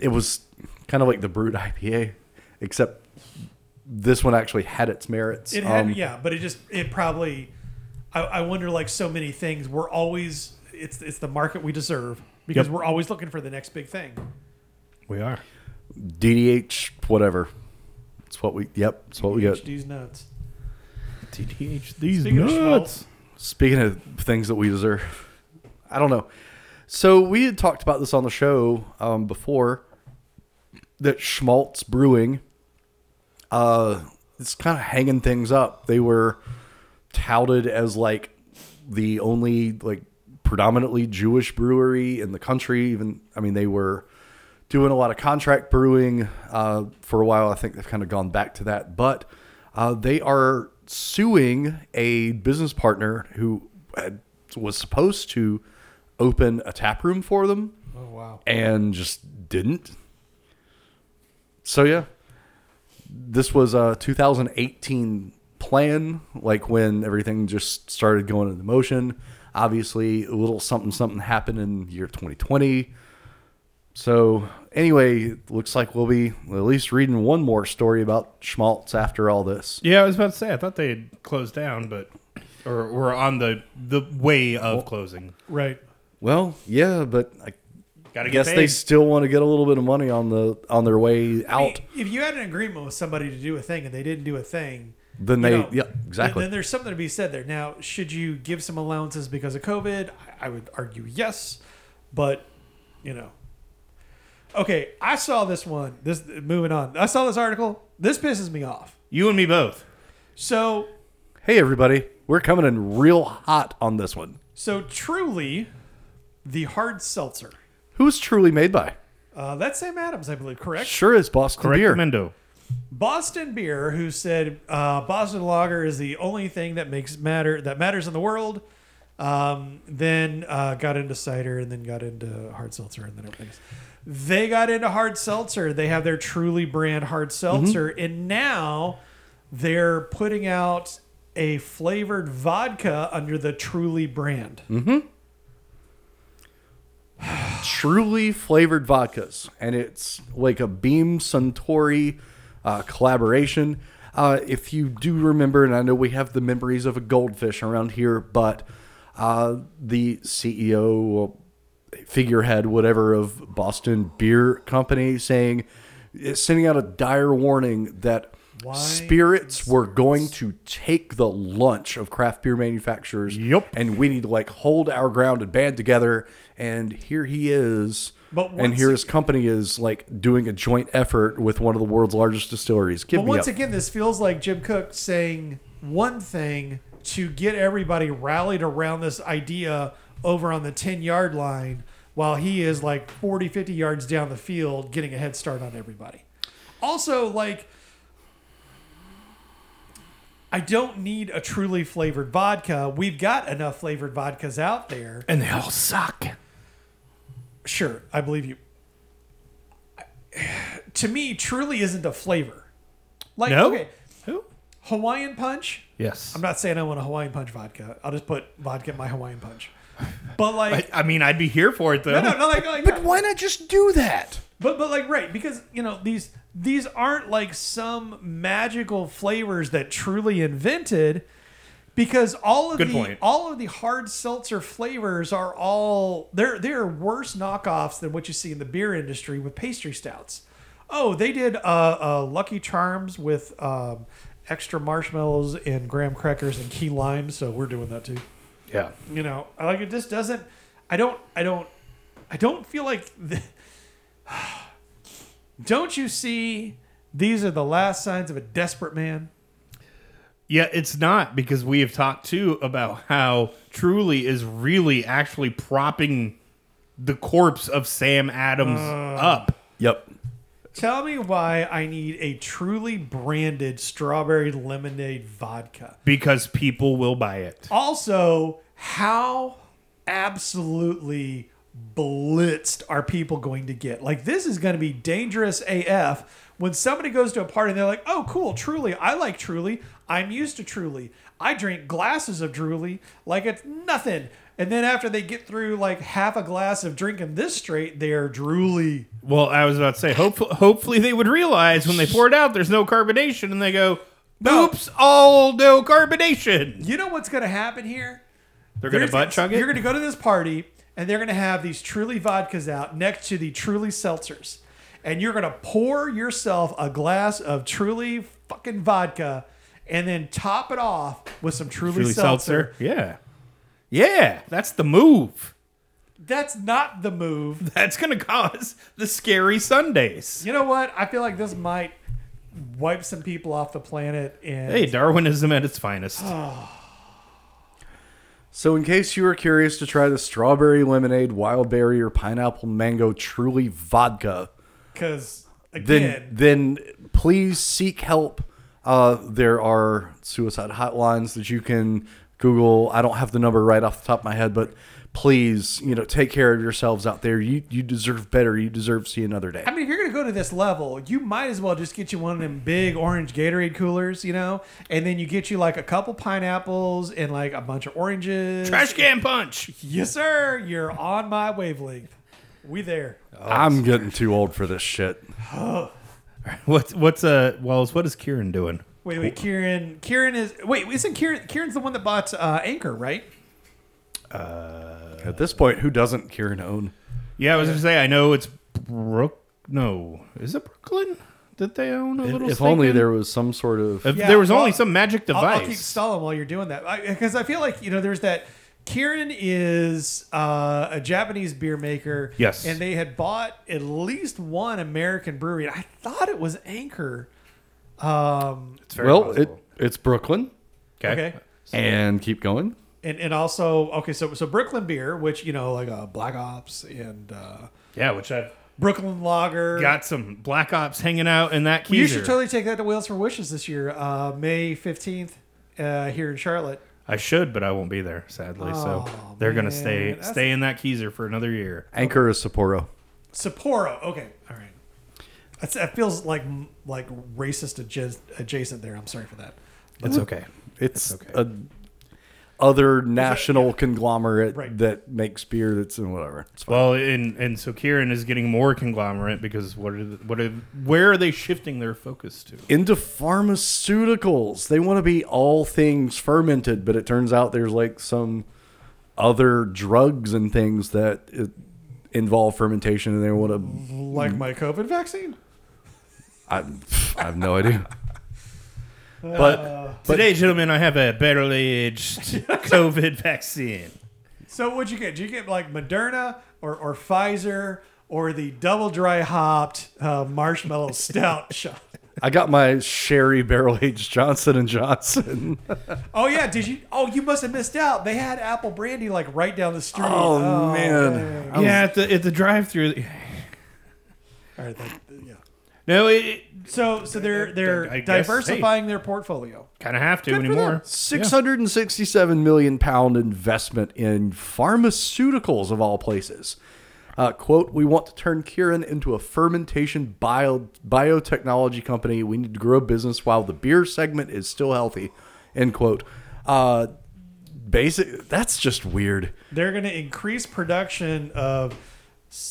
Speaker 3: it was kind of like the brewed IPA except this one actually had its merits.
Speaker 1: It had,
Speaker 3: Um,
Speaker 1: yeah, but it just it probably. I, I wonder, like so many things, we're always it's it's the market we deserve because
Speaker 2: Yep.
Speaker 1: we're always looking for the next big thing.
Speaker 2: We are.
Speaker 3: DDH, whatever. It's what we. Yep, it's what we get.
Speaker 1: HD's nuts.
Speaker 2: TDH these
Speaker 1: Speaking of
Speaker 2: nuts.
Speaker 3: Speaking of things that we deserve, I don't know. So we had talked about this on the show um, before that Schmaltz Brewing uh, is kind of hanging things up. They were touted as like the only like predominantly Jewish brewery in the country. Even I mean, they were doing a lot of contract brewing uh, for a while. I think they've kind of gone back to that, but uh, they are suing a business partner who had, was supposed to open a tap room for them
Speaker 1: Oh wow.
Speaker 3: and just didn't. So yeah, this was a 2018 plan, like when everything just started going into motion. Obviously, a little something something happened in year 2020. So anyway, looks like we'll be at least reading one more story about Schmaltz after all this.
Speaker 2: Yeah, I was about to say. I thought they had closed down, but or were on the the way of closing.
Speaker 1: Right.
Speaker 3: Well, yeah, but I
Speaker 2: Got to get
Speaker 3: guess
Speaker 2: paid.
Speaker 3: they still want to get a little bit of money on the on their way
Speaker 1: I mean,
Speaker 3: out.
Speaker 1: if you had an agreement with somebody to do a thing and they didn't do a thing,
Speaker 3: Then
Speaker 1: you
Speaker 3: they,
Speaker 1: know,
Speaker 3: yeah,
Speaker 1: then-
Speaker 3: exactly.
Speaker 1: Then, there's something to be said there. Now, should you give some allowances because of COVID? I, I would argue yes, but you know. Okay, I saw this one. This moving on. I saw this article. This pisses me off.
Speaker 2: you and me both.
Speaker 1: So
Speaker 3: hey, everybody, we're coming in real hot on this one.
Speaker 1: so truly, the hard seltzer.
Speaker 3: Who's truly made by?
Speaker 1: Uh, that's Sam Adams, I believe. Correct.
Speaker 3: Sure is Boston
Speaker 2: Correct,
Speaker 3: beer.
Speaker 2: Mendo.
Speaker 1: Boston Beer, who said uh, Boston Lager is the only thing that makes matter that matters in the world. Um, then uh, got into cider, and then got into hard seltzer, and then everything. else. They got into hard seltzer. They have their Truly brand hard seltzer, and now they're putting out a flavored vodka under the Truly brand.
Speaker 3: Truly flavored vodkas, and it's like a Beam Suntory uh, collaboration. Uh, if you do remember, and I know we have the memories of a goldfish around here, but uh, the CEO, well, figurehead, whatever, of Boston Beer Company saying, eh, sending out a dire warning that
Speaker 1: Wine
Speaker 3: spirits were going to take the lunch of craft beer manufacturers.
Speaker 2: Yup.
Speaker 3: And we need to like hold our ground and band together. And here he is.
Speaker 1: But
Speaker 3: and
Speaker 1: once-
Speaker 3: here his company is like doing a joint effort with one of the world's largest distilleries. Give
Speaker 1: But
Speaker 3: me
Speaker 1: once
Speaker 3: up.
Speaker 1: again, this feels like Jim Cook saying one thing to get everybody rallied around this idea over on the 10 yard line while he is like 40, 50 yards down the field getting a head start on everybody. Also, like, I don't need a truly flavored vodka. We've got enough flavored vodkas out there.
Speaker 2: And they all suck.
Speaker 1: Sure, I believe you. To me, truly isn't a flavor. Like,
Speaker 2: No.
Speaker 1: okay,
Speaker 2: Who?
Speaker 1: Hawaiian punch.
Speaker 2: Yes.
Speaker 1: I'm not saying I want a Hawaiian punch vodka. I'll just put vodka in my Hawaiian punch. But like,
Speaker 2: I, I mean, I'd be here for it though.
Speaker 1: no, no, like, like
Speaker 3: Why not just do that?
Speaker 1: but but like right because you know these these aren't like some magical flavors that truly invented because all of
Speaker 2: Good
Speaker 1: the
Speaker 2: point.
Speaker 1: all of the hard seltzer flavors are all they're they're worse knockoffs than what you see in the beer industry with pastry stouts. Oh, they did uh, uh, Lucky Charms with um, extra marshmallows and graham crackers and key lime, so we're doing that too
Speaker 2: Yeah.
Speaker 1: you know I like it just doesn't i don't i don't i don't feel like the, don't you see these are the last signs of a desperate man
Speaker 2: Yeah, it's not because we have talked too about how Truly is really actually propping the corpse of Sam Adams up.
Speaker 3: Yep.
Speaker 1: tell me why i need a truly branded strawberry lemonade vodka
Speaker 2: because people will buy it.
Speaker 1: also how absolutely blitzed are people going to get like this is going to be dangerous af when somebody goes to a party and they're like oh cool truly i like truly i'm used to truly i drink glasses of truly like it's nothing and then after they get through like half a glass of drinking this straight they're truly
Speaker 2: Well, I was about to say, hope, hopefully they would realize when they pour it out, there's no carbonation, and they go, "Oops, all no carbonation."
Speaker 1: you know what's going to happen here
Speaker 2: They're gonna
Speaker 1: There's-
Speaker 2: butt chug it.
Speaker 1: You're going to go to this party, and they're going to have these Truly vodkas out next to the Truly seltzers, and you're going to pour yourself a glass of Truly fucking vodka, and then top it off with some Truly,
Speaker 2: Truly
Speaker 1: seltzer.
Speaker 2: seltzer. Yeah, yeah, that's the move.
Speaker 1: That's not the move.
Speaker 2: That's gonna cause the scary Sundays.
Speaker 1: You know what? I feel like this might wipe some people off the planet. And
Speaker 2: Hey, Darwinism at its finest.
Speaker 3: So, in case you were curious to try the strawberry lemonade, wild berry, or pineapple mango truly vodka,
Speaker 1: because again,
Speaker 3: then then please seek help. Uh, there are suicide hotlines that you can Google. I don't have the number right off the top of my head, but please, you know, take care of yourselves out there. You you deserve better. You deserve to see another day.
Speaker 1: I mean, if you're gonna go to this level, you might as well just get you one of them big orange Gatorade coolers, you know, and then you get you like a couple pineapples and like a bunch of oranges.
Speaker 2: Trash can punch.
Speaker 1: Yes, sir. You're on my wavelength. We there.
Speaker 3: I'm getting too old for this shit.
Speaker 2: What's what's uh Wallace? What is Kieran doing?
Speaker 1: Wait, wait, Kieran. Kieran is wait. Isn't Kieran? Kieran's the one that bought uh, Anchor, right?
Speaker 3: At this point, who doesn't Kieran own?
Speaker 2: Yeah, I was gonna say I know it's Brook. No, is it Brooklyn that they own a little?
Speaker 3: If
Speaker 2: stake
Speaker 3: only
Speaker 2: in?
Speaker 3: there was some sort of
Speaker 2: If
Speaker 1: Yeah,
Speaker 2: there was
Speaker 1: well,
Speaker 2: only some magic
Speaker 1: I'll, I'll
Speaker 2: device.
Speaker 1: keep stalling while you're doing that because I, feel like you know there's that. Kieran is uh, a Japanese beer maker.
Speaker 2: Yes.
Speaker 1: and they had bought at least one American brewery. And I thought it was Anchor. Um,
Speaker 2: It's very
Speaker 3: well, it,
Speaker 2: possible.
Speaker 3: it's Brooklyn,
Speaker 2: okay.
Speaker 1: okay.
Speaker 3: and keep going.
Speaker 1: and and also okay, so so Brooklyn beer, which you know like uh, Black Ops and uh,
Speaker 2: Yeah, which I've
Speaker 1: Brooklyn Lager.
Speaker 2: got some Black Ops hanging out in that. Keyser.
Speaker 1: you should totally take that to Wheels for Wishes this year, uh, May fifteenth, uh, here in Charlotte.
Speaker 2: I should, but I won't be there sadly.
Speaker 1: Oh,
Speaker 2: so they're gonna stay
Speaker 1: man, that's-
Speaker 2: stay in that Keyser for another year.
Speaker 3: Anchor is Sapporo.
Speaker 1: Sapporo. Okay, all right. That's, that feels like like racist adjacent, adjacent there. I'm sorry for that.
Speaker 2: It's okay.
Speaker 3: It's
Speaker 2: okay.
Speaker 3: a other national conglomerate
Speaker 1: Right.
Speaker 3: that makes beer. That's in whatever. It's fine.
Speaker 2: Well, and and so Kieran is getting more conglomerate because what are the, what are where are they shifting their focus to?
Speaker 3: into pharmaceuticals. They want to be all things fermented, but it turns out there's like some other drugs and things that it, involve fermentation, and they want to.
Speaker 1: Like my COVID vaccine.
Speaker 3: I, I have no idea. But
Speaker 2: Today, gentlemen, I have a barrel aged COVID vaccine.
Speaker 1: So what'd you get? Did you get like Moderna or or Pfizer or the double dry hopped uh, marshmallow stout shot?
Speaker 3: I got my sherry barrel aged Johnson and Johnson.
Speaker 1: Oh yeah, did you? Oh, you must have missed out. They had apple brandy like right down the street. Um,
Speaker 3: Oh, man. I was-
Speaker 2: yeah, at the at the drive through.
Speaker 1: All right, that, yeah.
Speaker 2: No, it
Speaker 1: So so they're they're
Speaker 2: I guess,
Speaker 1: diversifying their portfolio.
Speaker 2: kind of have to
Speaker 1: for them.
Speaker 2: anymore.
Speaker 3: Six hundred and sixty-seven million pound investment in pharmaceuticals of all places. Uh, quote, we want to turn Kieran into a fermentation bio, biotechnology company. We need to grow business while the beer segment is still healthy. End quote. Uh, basic, that's just weird.
Speaker 1: They're going to increase production of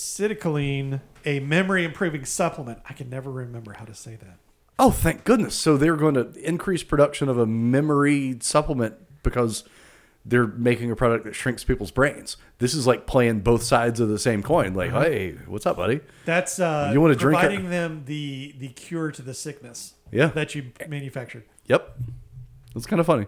Speaker 1: citicoline, a memory improving supplement. I can never remember how to say that.
Speaker 3: Oh, thank goodness. So they're going to increase production of a memory supplement because they're making a product that shrinks people's brains. This is like playing both sides of the same coin. Like,
Speaker 2: Uh-huh.
Speaker 3: hey, what's up, buddy?
Speaker 1: That's uh,
Speaker 3: You wanna drink it?
Speaker 1: providing them the the cure to the sickness.
Speaker 3: Yeah.
Speaker 1: that you manufactured.
Speaker 3: Yep. That's kind of funny.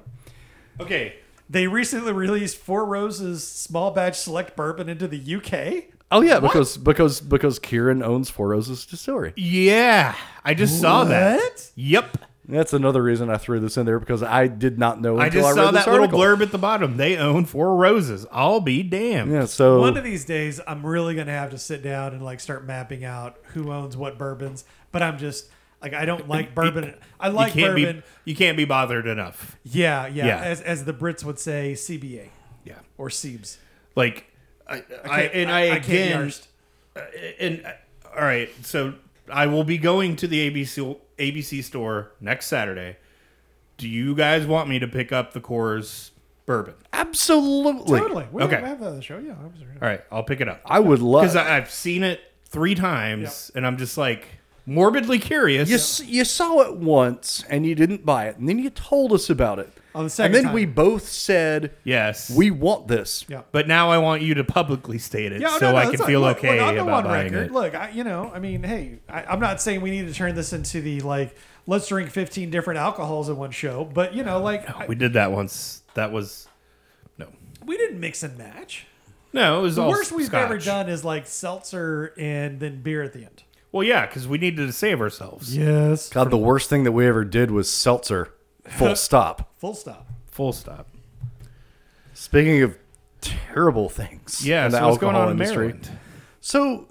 Speaker 2: Okay,
Speaker 1: They recently released Four Roses small batch select bourbon into the UK.
Speaker 3: Oh yeah, because because because Kieran owns Four Roses Distillery.
Speaker 2: yeah, I just saw that.
Speaker 1: What?
Speaker 2: Yep,
Speaker 3: That's another reason I threw this in there because I did not know. Until
Speaker 2: I just
Speaker 3: read
Speaker 2: saw
Speaker 3: this
Speaker 2: that little
Speaker 3: article.
Speaker 2: blurb at the bottom. They own four roses. I'll be damned.
Speaker 3: Yeah, so
Speaker 1: One of these days, I'm really gonna have to sit down and like start mapping out who owns what bourbons. But I'm just like I don't like bourbon. I
Speaker 2: you
Speaker 1: like
Speaker 2: can't
Speaker 1: bourbon.
Speaker 2: be you can't be bothered enough.
Speaker 1: Yeah, yeah,
Speaker 2: Yeah.
Speaker 1: As, as the Brits would say, CBA
Speaker 2: Yeah,
Speaker 1: or Siebes.
Speaker 2: like I, I, and I,
Speaker 1: can't be
Speaker 2: again.
Speaker 1: arsed.
Speaker 2: and uh, all right, so I will be going to the ABC ABC store next Saturday. Do you guys want me to pick up the Coors bourbon?
Speaker 3: absolutely,
Speaker 1: totally. We
Speaker 2: Okay.
Speaker 1: we have that on the show. Yeah, I'm sorry.
Speaker 2: All right, I'll pick it up
Speaker 3: I would
Speaker 2: because
Speaker 3: love.
Speaker 2: I've seen it three times, and I'm just like morbidly curious.
Speaker 3: you, s- you saw it once and you didn't buy it, and then you told us about it.
Speaker 1: On the second
Speaker 3: and then
Speaker 1: time.
Speaker 3: we both said
Speaker 2: Yes,
Speaker 3: we want this.
Speaker 1: Yeah.
Speaker 2: But now I want you to publicly state it,
Speaker 1: Yeah, oh,
Speaker 2: so
Speaker 1: no, no,
Speaker 2: I
Speaker 1: it's
Speaker 2: can
Speaker 1: not-
Speaker 2: feel
Speaker 1: look,
Speaker 2: okay
Speaker 1: look, on the
Speaker 2: about
Speaker 1: one
Speaker 2: buying
Speaker 1: record,
Speaker 2: it.
Speaker 1: Look, I, you know, I mean, hey, I, I'm not saying we need to turn this into the like, let's drink 15 different alcohols in one show, but you know, like, I-
Speaker 2: we did that once. That was no,
Speaker 1: we didn't mix and match.
Speaker 2: no. It was
Speaker 1: The
Speaker 2: all
Speaker 1: worst we've ever
Speaker 2: scotch.
Speaker 1: done is like seltzer and then beer at the end.
Speaker 2: Well, yeah, because we needed to save ourselves.
Speaker 1: Yes.
Speaker 3: God, the worst thing that we ever did was seltzer. Full stop.
Speaker 1: Full stop.
Speaker 2: Full stop.
Speaker 3: Speaking of terrible things,
Speaker 2: Yeah,
Speaker 3: in the
Speaker 2: so what's going
Speaker 3: alcohol
Speaker 2: on in
Speaker 3: industry,
Speaker 2: Maryland?
Speaker 3: So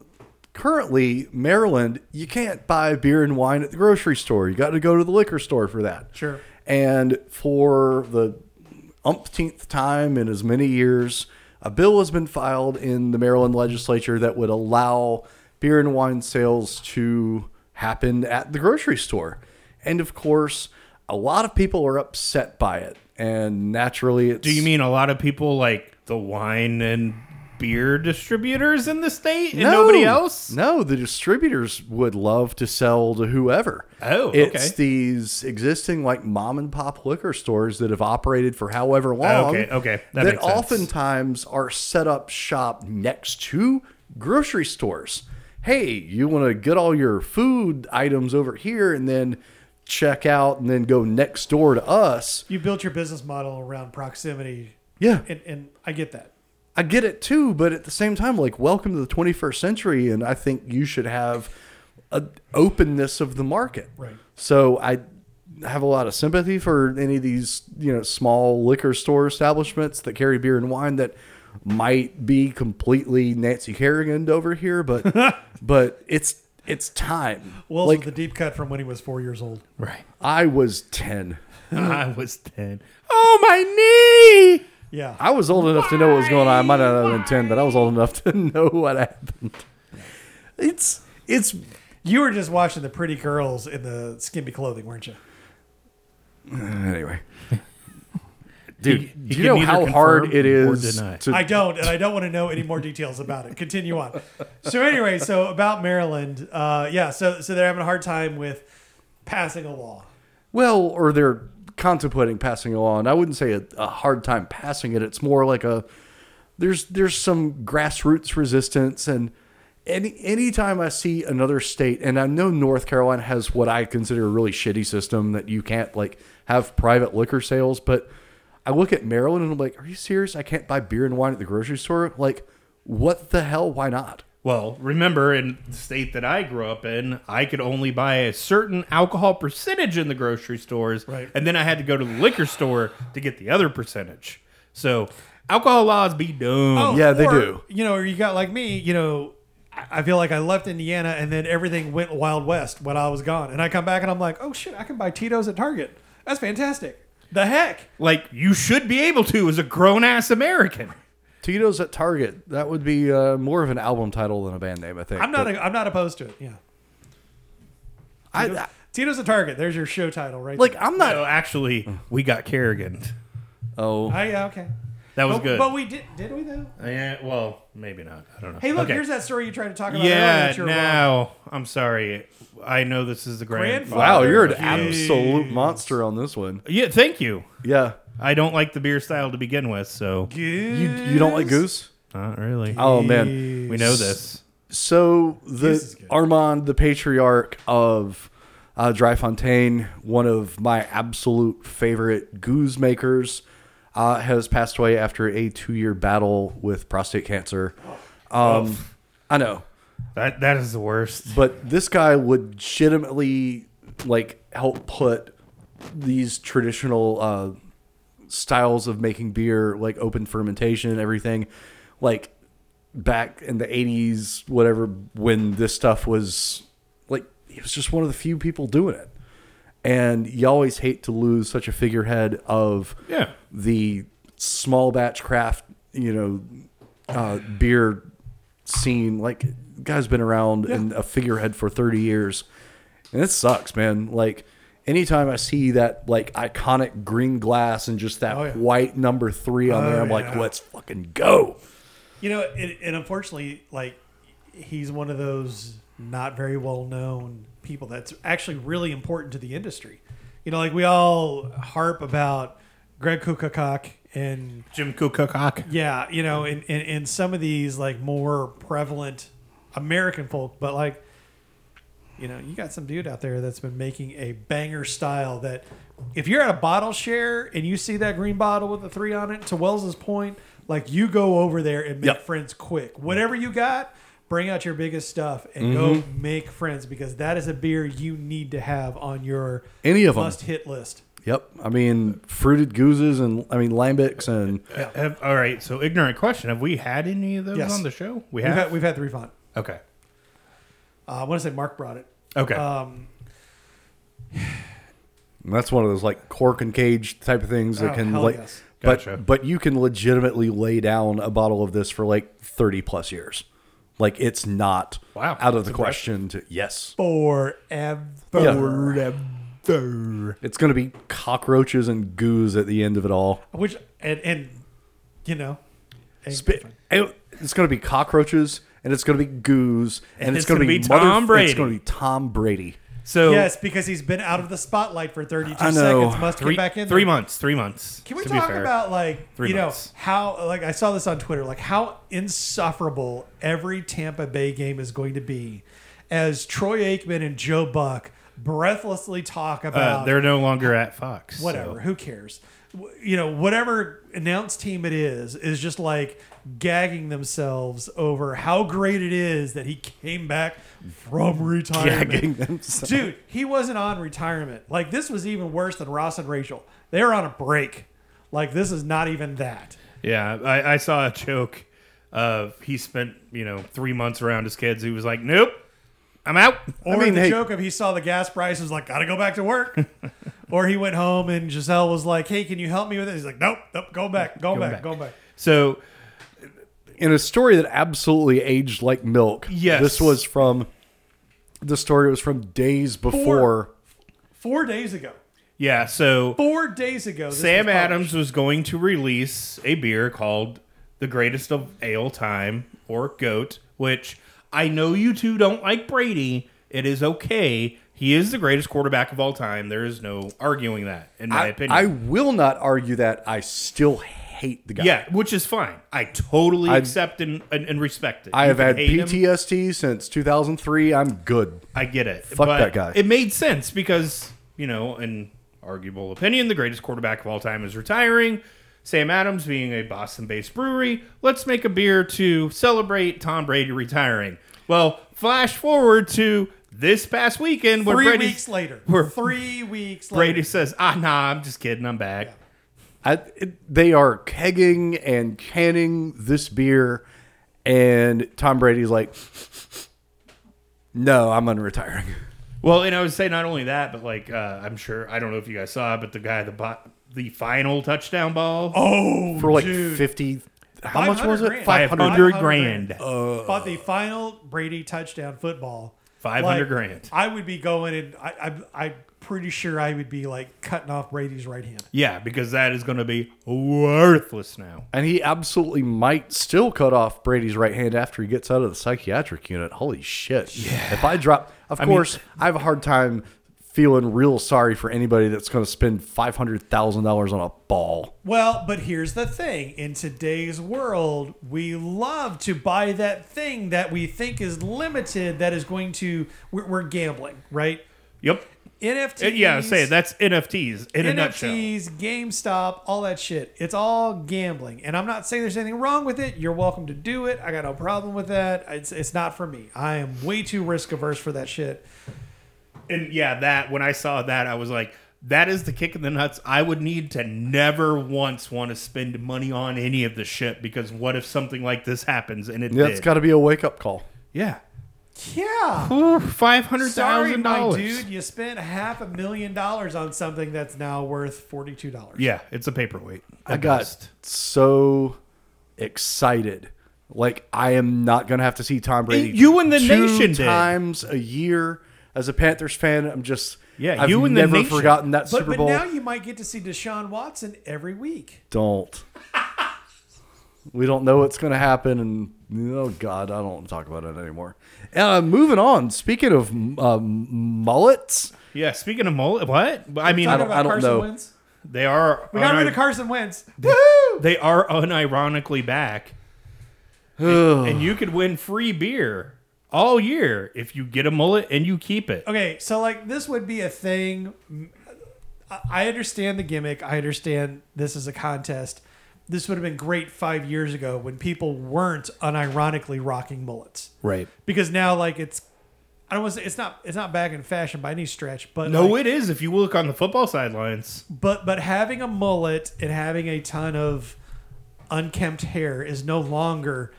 Speaker 3: currently, Maryland, you can't buy beer and wine at the grocery store. You got to go to the liquor store for that.
Speaker 1: Sure.
Speaker 3: And for the umpteenth time in as many years, a bill has been filed in the Maryland legislature that would allow beer and wine sales to happen at the grocery store. And of course, a lot of people are upset by it. And naturally, it's.
Speaker 2: Do you mean a lot of people like the wine and beer distributors in the state and
Speaker 3: No.
Speaker 2: nobody else?
Speaker 3: No, the distributors would love to sell to whoever.
Speaker 2: Oh,
Speaker 3: it's
Speaker 2: okay.
Speaker 3: these existing like mom and pop liquor stores that have operated for however long.
Speaker 2: okay, okay. That
Speaker 3: That,
Speaker 2: makes sense.
Speaker 3: oftentimes are set up shop next to grocery stores. Hey, you want to get all your food items over here and then check out and then go next door to us.
Speaker 1: You built your business model around proximity,
Speaker 3: Yeah.
Speaker 1: and, and I get that.
Speaker 3: I get it too, but at the same time, like welcome to the 21st century, and I think you should have a openness of the market.
Speaker 1: Right.
Speaker 3: So I have a lot of sympathy for any of these, you know, small liquor store establishments that carry beer and wine that might be completely Nancy Kerrigan over here, but but it's it's time.
Speaker 1: Well,
Speaker 3: like
Speaker 1: the deep cut from when he was four years old.
Speaker 2: Right.
Speaker 3: I was ten.
Speaker 2: I was 10. Oh, my knee!
Speaker 1: Yeah.
Speaker 3: I was old enough to know what was going on. I might not have been ten, but I was old enough to know what happened. It's it's
Speaker 1: You were just watching the pretty girls in the skimpy clothing, weren't you?
Speaker 3: Anyway. Dude,
Speaker 2: He- he
Speaker 3: do
Speaker 2: can
Speaker 3: you know
Speaker 2: neither
Speaker 3: how
Speaker 2: confirm
Speaker 3: hard it
Speaker 2: or
Speaker 3: is
Speaker 2: deny.
Speaker 3: to
Speaker 1: I don't, and I don't want to know any more details about it. Continue on. So anyway, so about Maryland, uh, yeah. So so they're having a hard time with passing a law.
Speaker 3: well, or they're contemplating passing along. I wouldn't say a, a hard time passing it. It's more like a there's there's some grassroots resistance and any anytime I see another state and I know North Carolina has what I consider a really shitty system that you can't like have private liquor sales, but I look at Maryland and I'm like, are you serious? I can't buy beer and wine at the grocery store? Like, what the hell? Why not?
Speaker 2: Well, remember in the state that I grew up in, I could only buy a certain alcohol percentage in the grocery stores,
Speaker 1: Right.
Speaker 2: and then I had to go to the liquor store to get the other percentage. So alcohol laws be dumb.
Speaker 3: Oh, Yeah, they do.
Speaker 1: You know, Oh, or you got like me. You know, I I feel like I left Indiana and then everything went wild west when I was gone, and I come back and I'm like, oh shit, I can buy Tito's at Target. That's fantastic. The heck.
Speaker 2: Like you should be able to as a grown ass American.
Speaker 3: Tito's at Target. That would be uh, more of an album title than a band name, I think.
Speaker 1: I'm not.
Speaker 3: But
Speaker 1: i I'm not opposed to it. Yeah.
Speaker 3: I I-
Speaker 1: Tito's a target. There's your show title, right?
Speaker 3: like.
Speaker 1: there.
Speaker 3: I'm not.
Speaker 2: No, actually, we got Kerrigan.
Speaker 3: Oh,
Speaker 1: I, yeah, okay.
Speaker 2: That was
Speaker 1: but,
Speaker 2: good.
Speaker 1: But we did. Did we though?
Speaker 2: yeah, well, maybe not. I don't know.
Speaker 1: Hey, look.
Speaker 2: Okay.
Speaker 1: Here's that story you tried to talk about. earlier
Speaker 2: Yeah,
Speaker 1: that you were wrong.
Speaker 2: now I'm sorry. I know this is the grand.
Speaker 1: Grandfather.
Speaker 3: wow, you're an
Speaker 1: Jeez.
Speaker 3: absolute monster on this one.
Speaker 2: Yeah, thank you.
Speaker 3: Yeah,
Speaker 2: I don't like the beer style to begin with, so
Speaker 3: you you don't like Goose?
Speaker 2: not really.
Speaker 3: Oh man.
Speaker 2: We know this.
Speaker 3: So
Speaker 1: Goose is
Speaker 3: the
Speaker 1: good.
Speaker 3: Armand, the patriarch of uh, Dry Fontaine, one of my absolute favorite goose makers, uh, has passed away after a two-year battle with prostate cancer. Um, I know.
Speaker 2: That that is the worst.
Speaker 3: But this guy legitimately like help put these traditional uh, styles of making beer, like open fermentation and everything, like back in the '80s, whatever, when this stuff was like he was just one of the few people doing it. And you always hate to lose such a figurehead of
Speaker 2: Yeah.
Speaker 3: the small batch craft, you know, uh, beer scene. Like, guy's been around and a figurehead for 30 years. And it sucks, man. Like, anytime I see that, like, iconic green glass and just that
Speaker 1: Oh, yeah. Oh,
Speaker 3: white number three on there, I'm like,
Speaker 1: yeah.
Speaker 3: let's fucking go.
Speaker 1: You know, and, and unfortunately, like he's one of those not very well known people that's actually really important to the industry. You know, like we all harp about Greg Kukakak and
Speaker 2: Jim Kukakak.
Speaker 1: yeah, you know, and, and, and some of these like more prevalent American folk, but like, you know, you got some dude out there that's been making a banger style that if you're at a bottle share and you see that green bottle with a three on it, to Wells's point, like you go over there and make
Speaker 3: Yep.
Speaker 1: friends quick. Whatever you got, bring out your biggest stuff and go
Speaker 3: Mm-hmm.
Speaker 1: make friends because that is a beer you need to have on your
Speaker 3: Any of 'em.
Speaker 1: must hit list.
Speaker 3: Yep. I mean, fruited gooses and, I mean, lambics and.
Speaker 2: Have- all right, so ignorant question. Have we had any of those
Speaker 1: Yes.
Speaker 2: on the show? We
Speaker 1: We've
Speaker 2: have.
Speaker 1: had, we've had three font.
Speaker 2: okay.
Speaker 1: Uh, I want to say Mark brought it.
Speaker 2: Okay.
Speaker 1: Um,
Speaker 3: And That's one of those like cork and cage type of things that
Speaker 1: Oh,
Speaker 3: can
Speaker 1: hell
Speaker 3: like
Speaker 1: yes.
Speaker 2: Gotcha.
Speaker 3: But but you can legitimately lay down a bottle of this for like 30 plus years. Like it's not
Speaker 2: Wow,
Speaker 3: out of
Speaker 2: that's
Speaker 3: the question to yes.
Speaker 1: Forever.
Speaker 3: It's going to be cockroaches and goos at the end of it all.
Speaker 1: Which and and you know, and-
Speaker 3: Spit. it- It's going to be cockroaches and it's going to be goos and, it's,
Speaker 2: it's
Speaker 3: going to
Speaker 2: gonna
Speaker 3: be,
Speaker 2: be
Speaker 3: mother-
Speaker 2: Tom Brady.
Speaker 3: It's going to be Tom Brady.
Speaker 2: So
Speaker 1: yes, because he's been out of the spotlight for 32
Speaker 3: I know.
Speaker 1: seconds. Must
Speaker 2: three
Speaker 1: get back in.
Speaker 2: three
Speaker 1: there.
Speaker 2: months, three months.
Speaker 1: Can we
Speaker 2: to be
Speaker 1: talk
Speaker 2: fair.
Speaker 1: about like
Speaker 2: Three
Speaker 1: you
Speaker 2: months.
Speaker 1: know how like I saw this on Twitter like how insufferable every Tampa Bay game is going to be as Troy Aikman and Joe Buck breathlessly talk
Speaker 2: Uh,
Speaker 1: about
Speaker 2: they're no longer at Fox. so-
Speaker 1: whatever who cares W- you know whatever announced team it is is just like gagging themselves over how great it is that he came back from retirement
Speaker 3: Gagging themselves.
Speaker 1: dude he wasn't on retirement like this was even worse than ross and rachel they were on a break like this is not even that
Speaker 2: Yeah, I, I saw a joke. Of he spent you know three months around his kids. He was like, "Nope, I'm out."
Speaker 1: or
Speaker 3: mean,
Speaker 1: the
Speaker 3: hey-
Speaker 1: joke of he saw the gas price was like gotta go back to work or he went home and giselle was like hey can you help me with it he's like nope nope go back go back,
Speaker 2: back.
Speaker 1: go back
Speaker 2: So
Speaker 3: in a story that absolutely aged like milk.
Speaker 2: Yes.
Speaker 3: This was from the story was from days before.
Speaker 1: four days ago
Speaker 2: yeah, so
Speaker 1: four days ago this
Speaker 2: Sam
Speaker 1: was published.
Speaker 2: Adams was going to release a beer called the Greatest of Ale Time or Goat, which I know you two don't like Brady. It is okay. He is the greatest quarterback of all time. There is no arguing that, in my
Speaker 3: I,
Speaker 2: opinion.
Speaker 3: I will not argue that I still hate the guy.
Speaker 2: yeah, which is fine. I totally accept and, and, and respect it.
Speaker 3: I
Speaker 2: You
Speaker 3: have
Speaker 2: can
Speaker 3: had
Speaker 2: hate him.
Speaker 3: PTSD since 2003. I'm good.
Speaker 2: I get it.
Speaker 3: Fuck
Speaker 2: but
Speaker 3: that guy.
Speaker 2: It made sense because, you know, in arguable opinion, the greatest quarterback of all time is retiring. Sam Adams being a Boston based brewery, let's make a beer to celebrate Tom Brady retiring. Well, flash forward to this past weekend when
Speaker 1: three
Speaker 2: Brady,
Speaker 1: weeks later
Speaker 2: We're-
Speaker 1: three weeks later
Speaker 2: Brady says, ah, nah, I'm just kidding. I'm back.
Speaker 3: I, it, they are kegging and canning this beer, and Tom Brady's like, "No, I'm unretiring."
Speaker 2: Well, and I would say not only that, but like, uh, I'm sure, I don't know if you guys saw it, but the guy, the, bo- the final touchdown ball.
Speaker 1: oh
Speaker 3: For like
Speaker 1: dude.
Speaker 3: 50. How much was
Speaker 1: 500
Speaker 3: it?
Speaker 1: grand.
Speaker 2: 500 grand.
Speaker 1: But the final Brady touchdown football.
Speaker 2: 500 grand.
Speaker 1: I would be going and I, I, I'm pretty sure I would be like cutting off Brady's right hand.
Speaker 2: Yeah, because that is going to be worthless now.
Speaker 3: And he absolutely might still cut off Brady's right hand after he gets out of the psychiatric unit. Holy shit. Yeah. If I drop, of course, I have a hard time feeling real sorry for anybody that's going to spend $500,000 on a ball.
Speaker 1: Well, but here's the thing. In today's world, we love to buy that thing that we think is limited that is going to, we're, we're gambling, right?
Speaker 2: Yep.
Speaker 1: NFTs.
Speaker 2: It- Uh, yeah, say it. That's NFTs in a nutshell.
Speaker 1: NFTs, GameStop, all that shit. It's all gambling. And I'm not saying there's anything wrong with it. You're welcome to do it. I got no problem with that. It's, it's not for me. I am way too risk averse for that shit.
Speaker 2: And yeah, that when I saw that, I was like, that is the kick in the nuts. I would need to never once want to spend money on any of the shit because what if something like this happens and it
Speaker 3: That's
Speaker 2: did?
Speaker 3: got to be a wake up call.
Speaker 2: yeah.
Speaker 1: Yeah.
Speaker 2: Ooh, five hundred
Speaker 1: Sorry,
Speaker 2: thousand
Speaker 1: my
Speaker 2: dollars.
Speaker 1: dude. You spent half a million dollars on something that's now worth $42.
Speaker 2: Yeah, it's a paperweight.
Speaker 3: I got so excited. Like I am not gonna have to see Tom Brady.
Speaker 2: You and the
Speaker 3: two
Speaker 2: nation did.
Speaker 3: times a year as a Panthers fan. I'm just
Speaker 2: Yeah,
Speaker 3: I've
Speaker 2: you and the
Speaker 3: never
Speaker 2: nation.
Speaker 3: forgotten that
Speaker 1: But,
Speaker 3: Super
Speaker 1: but
Speaker 3: Bowl.
Speaker 1: now you might get to see Deshaun Watson every week.
Speaker 3: don't. we don't know what's gonna happen, and oh God, I don't want to talk about it anymore. Uh, moving on. Speaking of um, mullets,
Speaker 2: Yeah, speaking of mullet, what? I mean,
Speaker 1: Talking
Speaker 3: don't- I don't
Speaker 1: Carson
Speaker 3: know.
Speaker 1: Wentz.
Speaker 2: they are.
Speaker 1: We got rid of
Speaker 2: unir-
Speaker 1: Carson Wentz. Woohoo!
Speaker 2: They are unironically back.
Speaker 3: Ugh.
Speaker 2: and you could win free beer all year if you get a mullet and you keep it.
Speaker 1: Okay, so like this would be a thing. I- I understand the gimmick. I understand this is a contest. This would have been great five years ago when people weren't unironically rocking mullets.
Speaker 2: Right.
Speaker 1: Because now, like it's, I don't want to say it's not it's not back in fashion by any stretch, but
Speaker 2: No,
Speaker 1: like,
Speaker 2: it is. If you look on the football sidelines,
Speaker 1: but but having a mullet and having a ton of unkempt hair is no longer.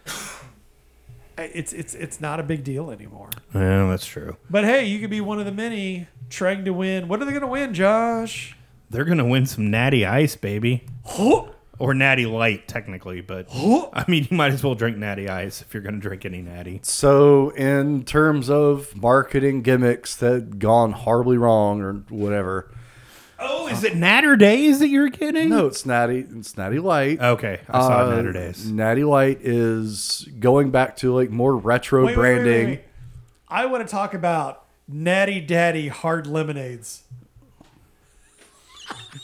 Speaker 1: It's it's it's not a big deal anymore.
Speaker 2: yeah, that's true.
Speaker 1: But hey, you could be one of the many trying to win. What are they going to win, Josh?
Speaker 2: They're gonna win some Natty Ice, baby.
Speaker 1: Oh,
Speaker 2: or Natty Light, technically. But I mean, you might as well drink Natty Ice if you're going to drink any Natty.
Speaker 3: So, in terms of marketing gimmicks that had gone horribly wrong or whatever,
Speaker 2: Oh, is it Natter Days that you're getting?
Speaker 3: no, it's Natty. It's Natty Light.
Speaker 2: Okay, I saw
Speaker 3: Uh,
Speaker 2: Natter Days.
Speaker 3: Natty Light is going back to like more retro
Speaker 1: Wait, wait, wait, wait,
Speaker 3: branding.
Speaker 1: wait. I want to talk about Natty Daddy hard lemonades.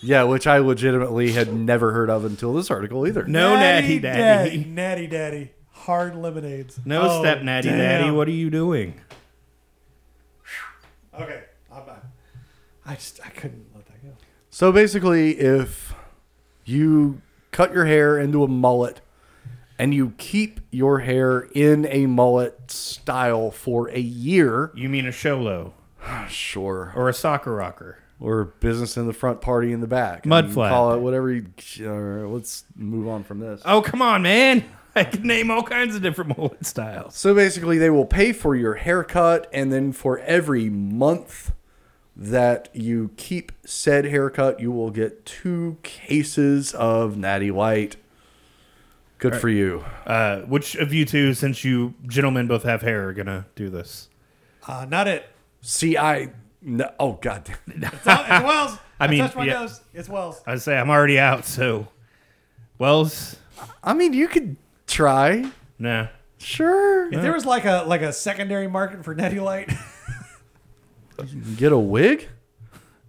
Speaker 3: Yeah, which I legitimately had never heard of until this article either.
Speaker 2: No Natty Daddy.
Speaker 1: Natty Daddy hard lemonades.
Speaker 2: No
Speaker 1: Oh,
Speaker 2: Step Natty
Speaker 1: damn.
Speaker 2: Daddy. What are you doing?
Speaker 1: Okay, I'm, I just I couldn't let that go.
Speaker 3: So basically, if you cut your hair into a mullet and you keep your hair in a mullet style for a year,
Speaker 2: You mean a Sholo
Speaker 3: sure,
Speaker 2: or a Soccer Rocker?
Speaker 3: or business in the front, party in the back, I
Speaker 2: Mud
Speaker 3: mean,
Speaker 2: flap.
Speaker 3: call it whatever. You, uh, let's move on from this.
Speaker 2: Oh, come on, man. I can name all kinds of different mullet styles.
Speaker 3: So basically, they will pay for your haircut, and then for every month that you keep said haircut, you will get two cases of Natty Light. Good for you.
Speaker 2: Uh, which of you two, since you gentlemen both have hair, are going to do this?
Speaker 1: Uh, not it.
Speaker 3: See, I no, oh god,
Speaker 1: It's, all, it's Wells.
Speaker 2: I mean,
Speaker 1: touched my
Speaker 2: yeah.
Speaker 1: nose. It's Wells.
Speaker 2: I say I'm already out, so. Wells?
Speaker 3: I mean, you could try,
Speaker 2: Nah.
Speaker 3: sure.
Speaker 1: If there was like a like a secondary market for Natty Light,
Speaker 3: Get a wig.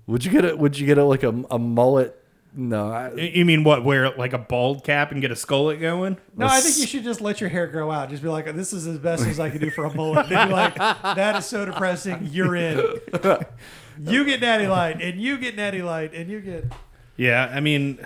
Speaker 3: Would you get a? Would you get a like a, a mullet? No, I,
Speaker 2: Y- You mean what? Wear like a bald cap and get a skull going?
Speaker 1: no, I think you should just let your hair grow out. Just be like, this is as best as I can do for a mullet. They'd be like, that is so depressing. You're in. You get Natty Light, and you get Natty Light, and you get.
Speaker 2: Yeah, I mean,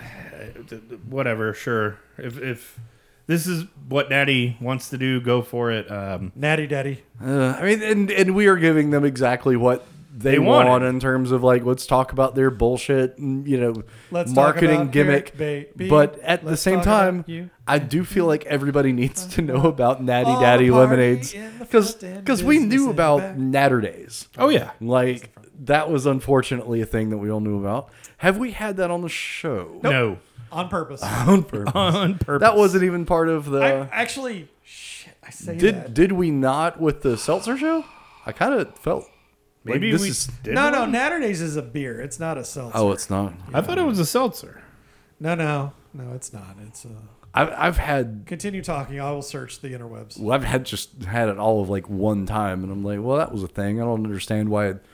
Speaker 2: whatever. Sure. If if this is what Natty wants to do, go for it. Um,
Speaker 1: Natty Daddy.
Speaker 3: uh, I mean, and and we are giving them exactly what they,
Speaker 2: They wanted.
Speaker 3: want in terms of like let's talk about their bullshit, and, you know,
Speaker 1: Let's talk
Speaker 3: marketing
Speaker 1: about
Speaker 3: gimmick.
Speaker 1: Eric, baby.
Speaker 3: But at the
Speaker 1: Let's
Speaker 3: same
Speaker 1: talk about
Speaker 3: time,
Speaker 1: you.
Speaker 3: I do feel like everybody needs to know about Natty
Speaker 1: All the
Speaker 3: Daddy
Speaker 1: party
Speaker 3: lemonades
Speaker 1: in the front and
Speaker 3: because we
Speaker 1: business in
Speaker 3: knew
Speaker 1: the
Speaker 3: about
Speaker 1: back.
Speaker 3: Natter Days.
Speaker 2: oh yeah.
Speaker 3: Like that was unfortunately a thing that we all knew about. Have we had that on the show?
Speaker 2: No.
Speaker 1: On purpose.
Speaker 3: On purpose.
Speaker 2: On purpose.
Speaker 3: that wasn't even part of the.
Speaker 1: I, actually, shit, I say
Speaker 3: did
Speaker 1: that.
Speaker 3: did we not with the seltzer show? I kind of felt like
Speaker 2: maybe
Speaker 3: this
Speaker 2: we
Speaker 3: is.
Speaker 2: did.
Speaker 1: no, no,
Speaker 2: one?
Speaker 1: Natterdays is a beer. It's not a seltzer.
Speaker 3: Oh, it's not.
Speaker 2: I thought it was a seltzer.
Speaker 1: No, no, no, it's not. It's a.
Speaker 3: I've I've had
Speaker 1: Continue talking. I will search the interwebs.
Speaker 3: well, I've had just had it all of like one time, and I'm like, well, that was a thing. I don't understand why it,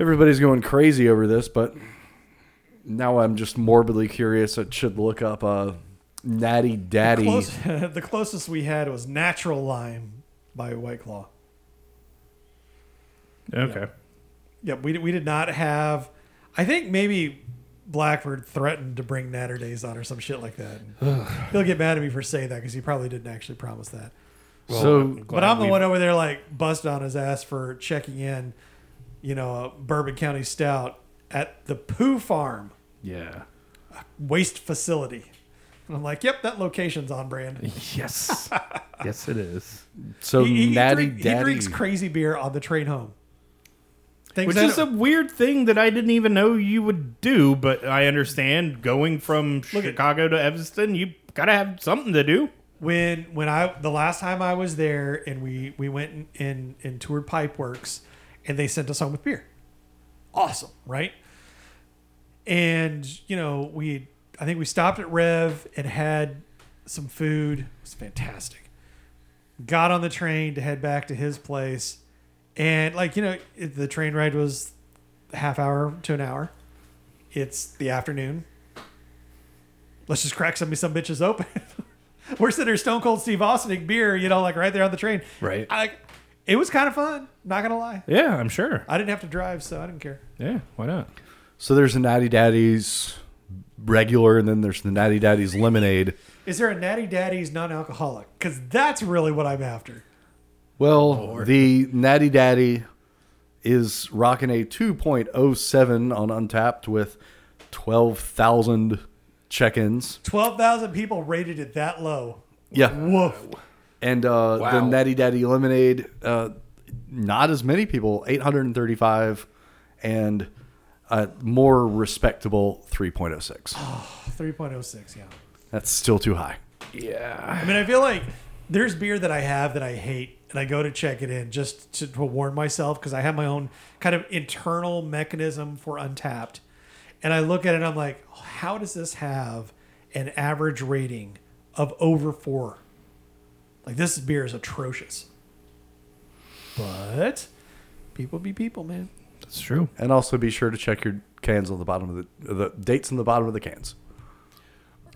Speaker 3: everybody's going crazy over this, but now I'm just morbidly curious. I should look up uh, Natty Daddy.
Speaker 1: Close, the closest we had was natural lime by White Claw.
Speaker 2: Okay.
Speaker 1: Yep, we, we did not have. I think maybe Blackbird threatened to bring Natter Days on or some shit like that. He'll get mad at me for saying that because he probably didn't actually promise that.
Speaker 3: so
Speaker 2: Glad
Speaker 1: But I'm the
Speaker 2: we-
Speaker 1: one over there like busted on his ass for checking in, you know, a Bourbon County Stout at the Pooh Farm
Speaker 2: Yeah.
Speaker 1: waste facility. And I'm like, yep, that location's on brand.
Speaker 2: Yes. yes, it is.
Speaker 3: so
Speaker 1: He, he,
Speaker 3: Natty
Speaker 1: drink- he
Speaker 3: Daddy.
Speaker 1: drinks crazy beer on the train home. Things
Speaker 2: Which
Speaker 1: I
Speaker 2: is a
Speaker 1: don't-
Speaker 2: weird thing that I didn't even know you would do, but I understand going from
Speaker 1: Look at-
Speaker 2: Chicago to Evanston, you gotta have something to do.
Speaker 1: when when I the last time I was there and we we went and and, and toured Pipeworks and they sent us home with beer. Awesome, right? And you know we I think we stopped at Rev and had some food. It was fantastic. Got on the train to head back to his place, and like you know it, the train ride was a half hour to an hour. It's the afternoon. Let's just crack some of some bitches open. We're sitting there, Stone Cold Steve Austin, drinking beer, you know, like right there on the train.
Speaker 2: Right.
Speaker 1: I, it was kind of fun. Not gonna lie,
Speaker 2: Yeah, I'm sure.
Speaker 1: I didn't have to drive, so I didn't care.
Speaker 2: Yeah, why not?
Speaker 3: So there's the Natty Daddy's regular, and then there's the Natty Daddy's lemonade.
Speaker 1: Is there a Natty Daddy's non-alcoholic? Because that's really what I'm after.
Speaker 3: Well, the Natty Daddy is rocking a 2.07 on Untapped with 12,000 check-ins.
Speaker 1: Twelve thousand people rated it that low.
Speaker 3: Yeah,
Speaker 1: Woof.
Speaker 3: and uh, the
Speaker 2: Wow.
Speaker 3: Natty Daddy lemonade, uh, not as many people, 835, and a more respectable 3.06.
Speaker 1: 3.06, yeah.
Speaker 3: That's still too high.
Speaker 1: I mean, I feel like there's beer that I have that I hate, and I go to check it in just to, to warn myself because I have my own kind of internal mechanism for untapped. And I look at it and I'm like, how does this have an average rating of over four? Like, this beer is atrocious. But people be people, man.
Speaker 2: That's true.
Speaker 3: And also be sure to check your cans on the bottom of the the dates on the bottom of the cans.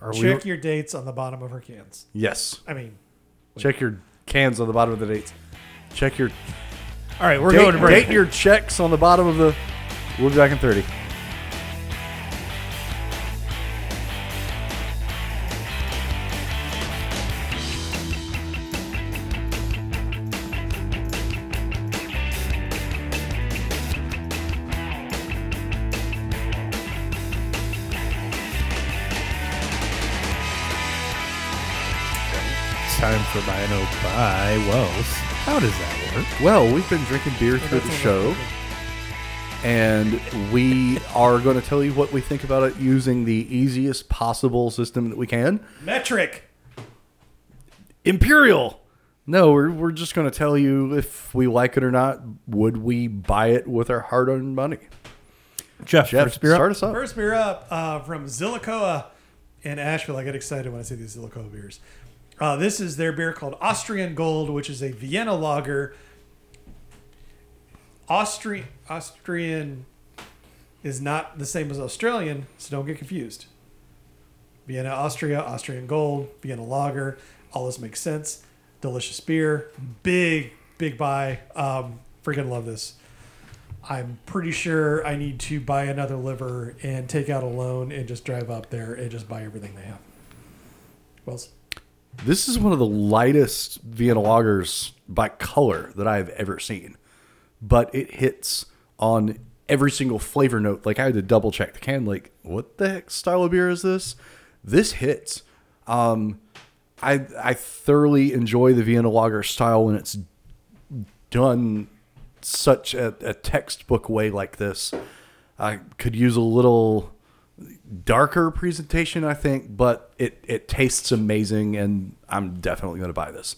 Speaker 2: Are
Speaker 1: Check your dates on the bottom of her cans.
Speaker 3: Yes.
Speaker 1: I mean,
Speaker 3: Check your cans on the bottom of the dates. Check your
Speaker 2: All right, we're going
Speaker 3: date,
Speaker 2: to break.
Speaker 3: date your checks on the bottom of the We'll be back in 30.
Speaker 2: It's time for buy no buy Wells. How does that work?
Speaker 3: Well, we've been drinking beer through the show, and we are going to tell you what we think about it using the easiest possible system that we can.
Speaker 1: metric.
Speaker 3: Imperial. No, we're, we're just going to tell you if we like it or not. Would we buy it with our hard earned money?
Speaker 2: Jeff,
Speaker 3: Jeff,
Speaker 2: first beer up?
Speaker 3: start us up.
Speaker 1: First beer up uh, from Zillicoa in Asheville. I get excited when I see these Zillicoa beers. Uh, this is their beer called Austrian Gold, which is a Vienna lager. Austri- Austrian is not the same as Australian, so don't get confused. Vienna, Austria, Austrian Gold, Vienna Lager. All this makes sense. Delicious beer. Big, big buy. Um, freaking love this. I'm pretty sure I need to buy another liver and take out a loan and just drive up there and just buy everything they have. Wells,
Speaker 3: This is one of the lightest Vienna lagers by color that I've ever seen, but it hits on every single flavor note. Like I had to double check the can, like what the heck style of beer is this? This hits. Um, I I thoroughly enjoy the Vienna lager style when it's done such a, a textbook way like this. I could use a little darker presentation, I think, but it it tastes amazing, and I'm definitely going to buy this.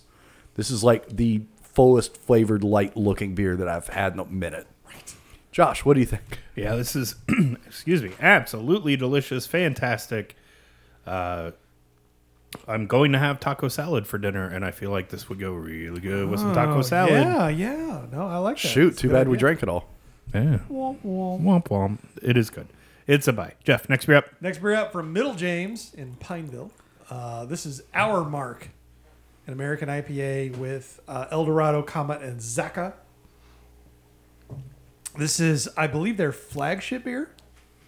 Speaker 3: This is like the fullest flavored, light looking beer that I've had in a minute. Josh, what do you think?
Speaker 2: Yeah, this is excuse me, absolutely delicious, fantastic. Uh, I'm going to have taco salad for dinner, and I feel like this would go really good with some taco salad.
Speaker 1: Oh, Yeah, yeah. No, I like that.
Speaker 3: Shoot,
Speaker 1: It's a
Speaker 3: too
Speaker 1: good
Speaker 3: bad we
Speaker 1: idea.
Speaker 3: drank it all.
Speaker 2: Yeah.
Speaker 1: Womp womp.
Speaker 2: Womp womp. It is good. It's a buy. Jeff, next beer up.
Speaker 1: Next beer up from Middle James in Pineville. Uh, this is Our Mark, an American IPA with uh, Eldorado, Comet, and Zaka. This is, I believe, their flagship beer.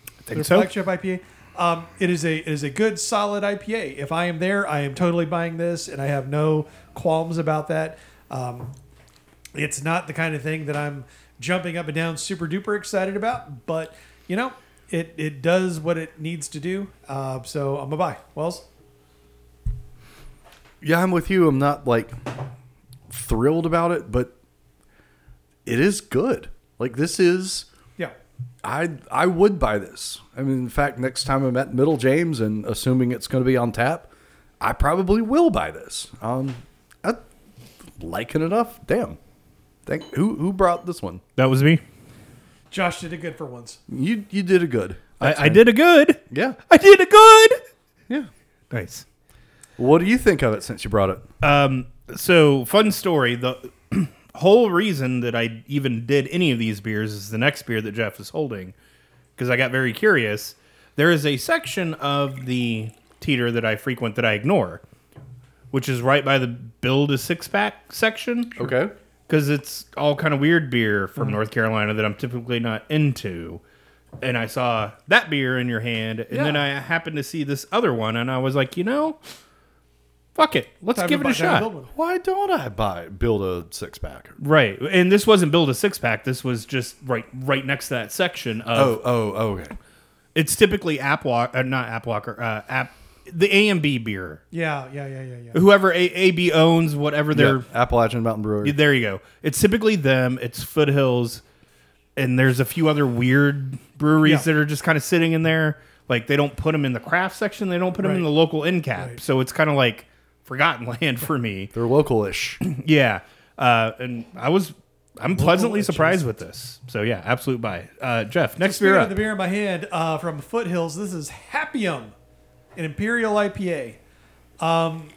Speaker 2: I
Speaker 1: their
Speaker 2: think so.
Speaker 1: flagship IPA. Um, it is a it is a good solid IPA. If I am there, I am totally buying this, and I have no qualms about that. Um, it's not the kind of thing that I'm jumping up and down, super duper excited about, but you know, it it does what it needs to do. Uh, so I'm a buy. Wells,
Speaker 3: Yeah, I'm with you. I'm not like thrilled about it, but it is good. Like this is
Speaker 1: yeah,
Speaker 3: I I would buy this. I mean, in fact, next time I'm at Middle James, and assuming it's going to be on tap, I probably will buy this. Um, I like it enough. Damn, thank who who brought this one?
Speaker 2: That was me.
Speaker 1: Josh did it good for once.
Speaker 3: You you did a good.
Speaker 2: I, I did a good.
Speaker 3: Yeah,
Speaker 2: I did a good.
Speaker 3: yeah.
Speaker 2: Nice.
Speaker 3: What do you think of it since you brought it?
Speaker 2: Um, so fun story. The whole reason that I even did any of these beers is the next beer that Jeff is holding, because I got very curious. There is a section of the teeter that I frequent that I ignore, which is right by the build a six pack section.
Speaker 3: Okay.
Speaker 2: Because it's all kind of weird beer
Speaker 1: Mm.
Speaker 2: from North Carolina that I'm typically not into. And I saw that beer in your hand, and then
Speaker 1: Yeah.
Speaker 2: I happened to see this other one, and I was like, you know, fuck it, let's
Speaker 1: Time to
Speaker 2: give it
Speaker 1: buy-
Speaker 2: a
Speaker 1: time to
Speaker 2: shot.
Speaker 1: build one.
Speaker 3: Why don't I buy build a six pack?
Speaker 2: Right, and this wasn't build a six pack. This was just right, right next to that section of.
Speaker 3: Oh oh oh. Okay.
Speaker 2: It's typically App Walk, uh, not App Walker, uh, App the AMB beer.
Speaker 1: Yeah, yeah, yeah, yeah, yeah.
Speaker 2: Whoever a- AB owns, whatever their
Speaker 3: Appalachian Mountain Brewery.
Speaker 2: there you go. It's typically them. It's foothills. and there's a few other weird breweries
Speaker 1: Yeah.
Speaker 2: that are just kind of sitting in there. Like they don't put them in the craft section, they don't put them in
Speaker 1: Right.
Speaker 2: the local end cap.
Speaker 1: Right.
Speaker 2: So it's kind of like forgotten land for me.
Speaker 3: They're local-ish.
Speaker 2: Yeah. Uh, and I was I'm pleasantly
Speaker 1: adjacent.
Speaker 2: surprised with this. So yeah, absolute buy. Uh, Jeff, next
Speaker 1: Speaking
Speaker 2: beer
Speaker 1: of
Speaker 2: up.
Speaker 1: the beer in my hand uh, from Foothills, this is Happium, an Imperial IPA. Um,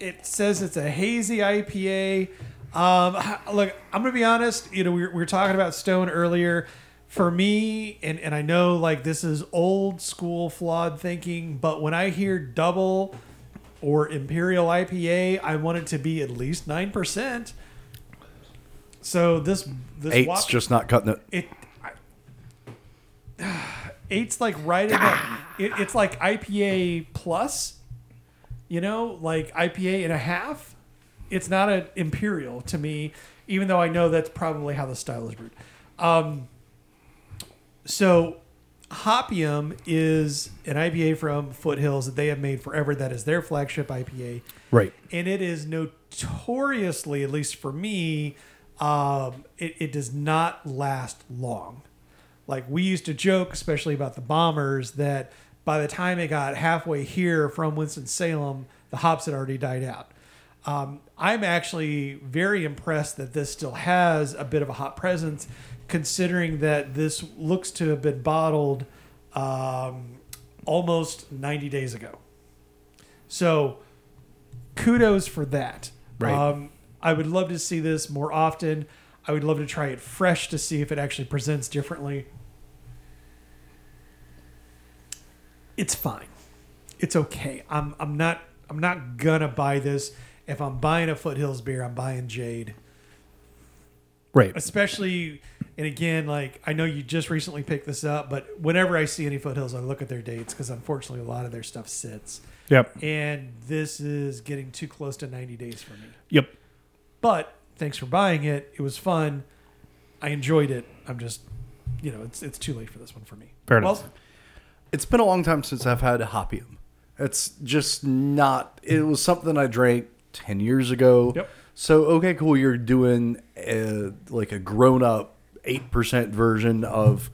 Speaker 1: it says it's a hazy IPA. Um, look, I'm gonna be honest. You know, we were, we were talking about Stone earlier. For me, and and I know like this is old school flawed thinking, but when I hear double or Imperial IPA, I want it to be at least nine percent. So this this
Speaker 3: Eight's
Speaker 1: whop-
Speaker 3: just not cutting it.
Speaker 1: it I- eight's like right in that it, it's like ipa plus you know like ipa and a half it's not an imperial to me even though i know that's probably how the style is brewed um, so hopium is an ipa from foothills that they have made forever that is their flagship ipa
Speaker 3: Right.
Speaker 1: and it is notoriously, at least for me, um, it, it does not last long. Like we used to joke, especially about the bombers, that by the time it got halfway here from Winston Salem, the hops had already died out. Um, I'm actually very impressed that this still has a bit of a hot presence, considering that this looks to have been bottled um, almost 90 days ago. So kudos for that.
Speaker 2: Right.
Speaker 1: Um, I would love to see this more often. I would love to try it fresh to see if it actually presents differently. It's fine. It's okay. I'm I'm not I'm not gonna buy this. If I'm buying a Foothills beer, I'm buying Jade.
Speaker 2: Right.
Speaker 1: Especially and again, like I know you just recently picked this up, but whenever I see any Foothills, I look at their dates because unfortunately a lot of their stuff sits
Speaker 2: Yep.
Speaker 1: and this is getting too close to 90 days for me.
Speaker 2: Yep.
Speaker 1: But thanks for buying it. It was fun. I enjoyed it. I'm just, you know, it's it's too late for this one for me.
Speaker 2: Fair
Speaker 1: well,
Speaker 2: enough.
Speaker 3: It's been a long time since I've had hopium. It's just not. It was something I drank ten years ago.
Speaker 1: Yep.
Speaker 3: So okay, cool. You're doing a, like a grown up eight percent version of,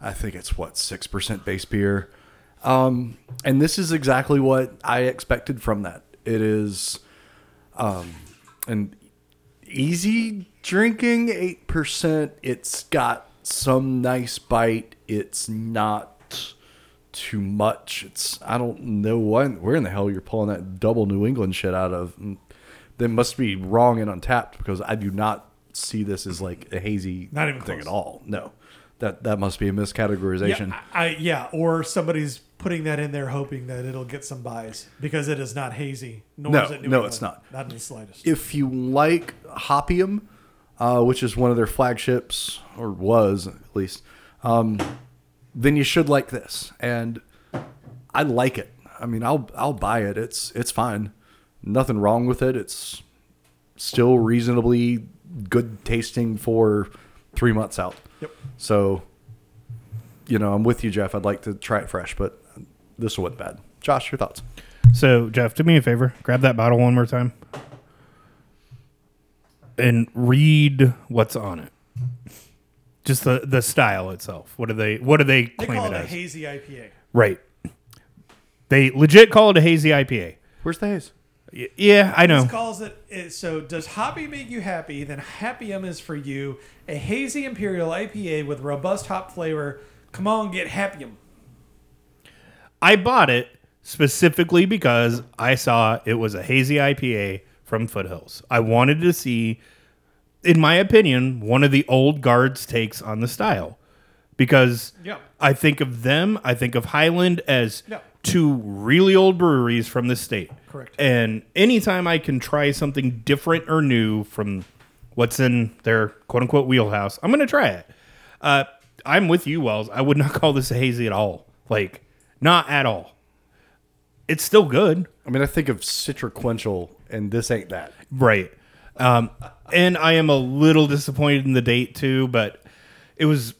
Speaker 3: I think it's what six percent base beer, um, and this is exactly what I expected from that. It is, um, and easy drinking 8% it's got some nice bite it's not too much it's i don't know what where in the hell you're pulling that double new england shit out of Mm, they must be wrong and untapped because i do not see this as like a hazy
Speaker 1: Not even
Speaker 3: thing
Speaker 1: close.
Speaker 3: at all no that that must be a miscategorization
Speaker 1: yeah, I, I- yeah, or somebody's putting that in there hoping that it'll get some buys because it is not hazy. Nor
Speaker 3: No,
Speaker 1: is it New
Speaker 3: no, it's
Speaker 1: England.
Speaker 3: not.
Speaker 1: Not in the slightest.
Speaker 3: if you like Hopium, uh, which is one of their flagships or was at least, um, then you should like this. And I like it. I mean, I'll I'll buy it. It's it's fine. Nothing wrong with it. It's still reasonably good tasting for three months out.
Speaker 1: Yep.
Speaker 3: So, you know, I'm with you, Jeff. I'd like to try it fresh, but this wasn't bad. Josh, your thoughts?
Speaker 2: So, Jeff, do me a favor. Grab that bottle one more time and read what's on it. Just the, the style itself. What do they what do they
Speaker 1: They
Speaker 2: claim
Speaker 1: call
Speaker 2: it
Speaker 1: it a
Speaker 2: as?
Speaker 1: hazy IPA.
Speaker 2: right. They legit call it a hazy IPA.
Speaker 3: Where's the haze?
Speaker 2: Y- yeah, I
Speaker 3: Oh.
Speaker 2: know.
Speaker 1: This calls it, it so does hoppy make you happy then happium is for you a hazy imperial ipa with robust hop flavor come on get happium
Speaker 2: I bought it specifically because I saw it was a hazy IPA from Foothills. I wanted to see, in my opinion, one of the old guard's takes on the style. Because
Speaker 1: Yeah.
Speaker 2: I think of them, I think of Highland as
Speaker 1: Yeah.
Speaker 2: two really old breweries from the state.
Speaker 1: Correct.
Speaker 2: And anytime I can try something different or new from what's in their quote unquote wheelhouse, I'm going to try it. Uh, I'm with you, Wells. I would not call this a hazy at all. Like, not at all. It's still good.
Speaker 3: I mean, I think of Citriquential, and this ain't that.
Speaker 2: Right. Um, and I am a little disappointed in the date too, but it was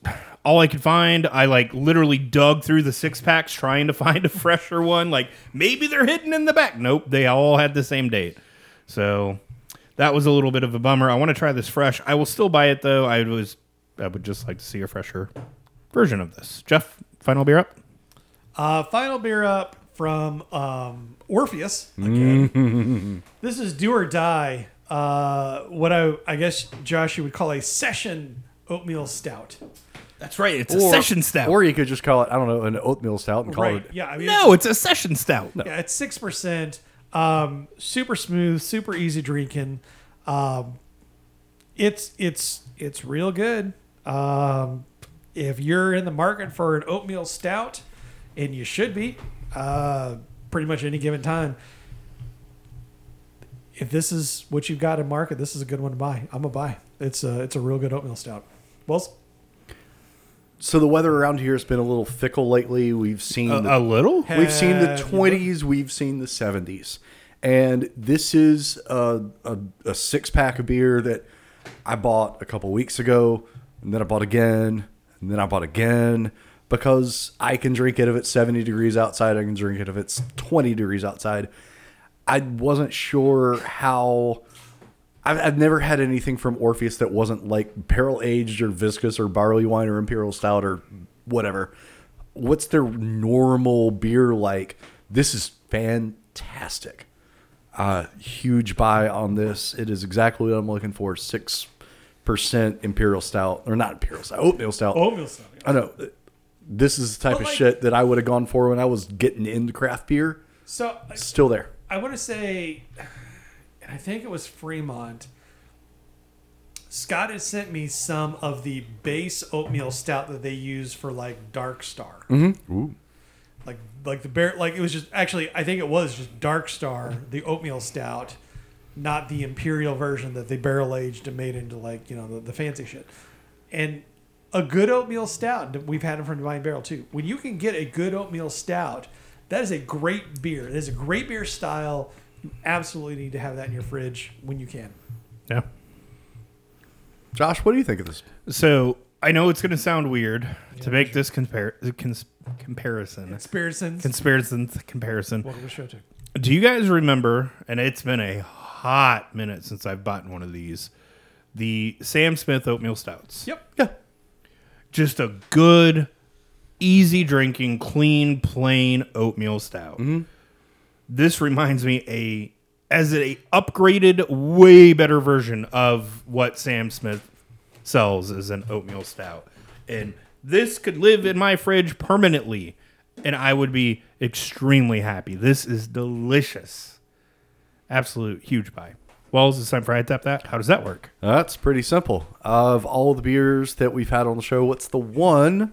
Speaker 2: all I could find. I like literally dug through the six packs trying to find a fresher one. Like maybe they're hidden in the back. Nope, they all had the same date. So that was a little bit of a bummer. I want to try this fresh. I will still buy it though. I was I would just like to see a fresher version of this. Jeff, final beer up.
Speaker 1: Uh, final beer up from um, Orpheus. this is Do or Die. Uh, what I, I guess Josh, you would call a session oatmeal stout.
Speaker 2: That's right. It's
Speaker 3: Or-
Speaker 2: a session stout.
Speaker 3: Or you could just call it, I don't know, an oatmeal stout and call
Speaker 1: right.
Speaker 3: it.
Speaker 1: Yeah. I mean,
Speaker 2: no, it's a session stout.
Speaker 1: Yeah, it's six percent. Um, super smooth, super easy drinking. Um, it's it's it's real good. Um, if you're in the market for an oatmeal stout, and you should be, uh, pretty much any given time. If this is what you've got in market, this is a good one to buy. I'm a buy. It's a it's a real good oatmeal stout. Well,
Speaker 3: So the weather around here has been a little fickle lately. We've seen the
Speaker 2: A, a little.
Speaker 3: We've seen the
Speaker 1: Have you
Speaker 3: 20s, we've seen the 70s. And this is a, a, a six pack of beer that I bought a couple weeks ago, and then I bought again, and then I bought again because I can drink it if it's 70 degrees outside, I can drink it if it's 20 degrees outside. I wasn't sure how. I've, I've never had anything from Orpheus that wasn't like barrel aged or viscous or barley wine or imperial stout or whatever. What's their normal beer like? This is fantastic. Uh, huge buy on this. It is exactly what I'm looking for. Six percent imperial stout, or not imperial stout, oatmeal stout.
Speaker 1: oatmeal stout.
Speaker 3: I know. This is the type
Speaker 1: But,
Speaker 3: of
Speaker 1: like-
Speaker 3: shit that I would have gone for when I was getting into craft beer.
Speaker 1: So
Speaker 3: Still there.
Speaker 1: I want to say, and I think it was Fremont. Scott had sent me some of the base oatmeal stout that they use for like Dark Star, like like the bear, like it was just actually I think it was just Dark Star, the oatmeal stout, not the imperial version that they barrel aged and made into like you know the, the fancy shit, and a good oatmeal stout we've had it from Divine Barrel too. When you can get a good oatmeal stout, that is a great beer. That is a great beer style. You absolutely need to have that in your fridge when you can.
Speaker 2: Yeah.
Speaker 3: Josh, what do you think of this?
Speaker 2: So I know it's going to sound weird to make this compare cons- comparison.
Speaker 1: Spiritson,
Speaker 2: Conspiracy comparison.
Speaker 1: welcome to the show too.
Speaker 2: Do you guys remember? And it's been a hot minute since I've bought one of these. The Sam Smith oatmeal stouts.
Speaker 1: Yep.
Speaker 3: Yeah.
Speaker 2: Just a good, easy drinking, clean, plain oatmeal stout. This reminds me a as a upgraded, way better version of what Sam Smith sells as an oatmeal stout. And this could live in my fridge permanently, and I would be extremely happy. This is delicious. Absolute huge buy. Wells, it's time for I tap that. How does that work?
Speaker 3: That's pretty simple. Of all the beers that we've had on the show, what's the one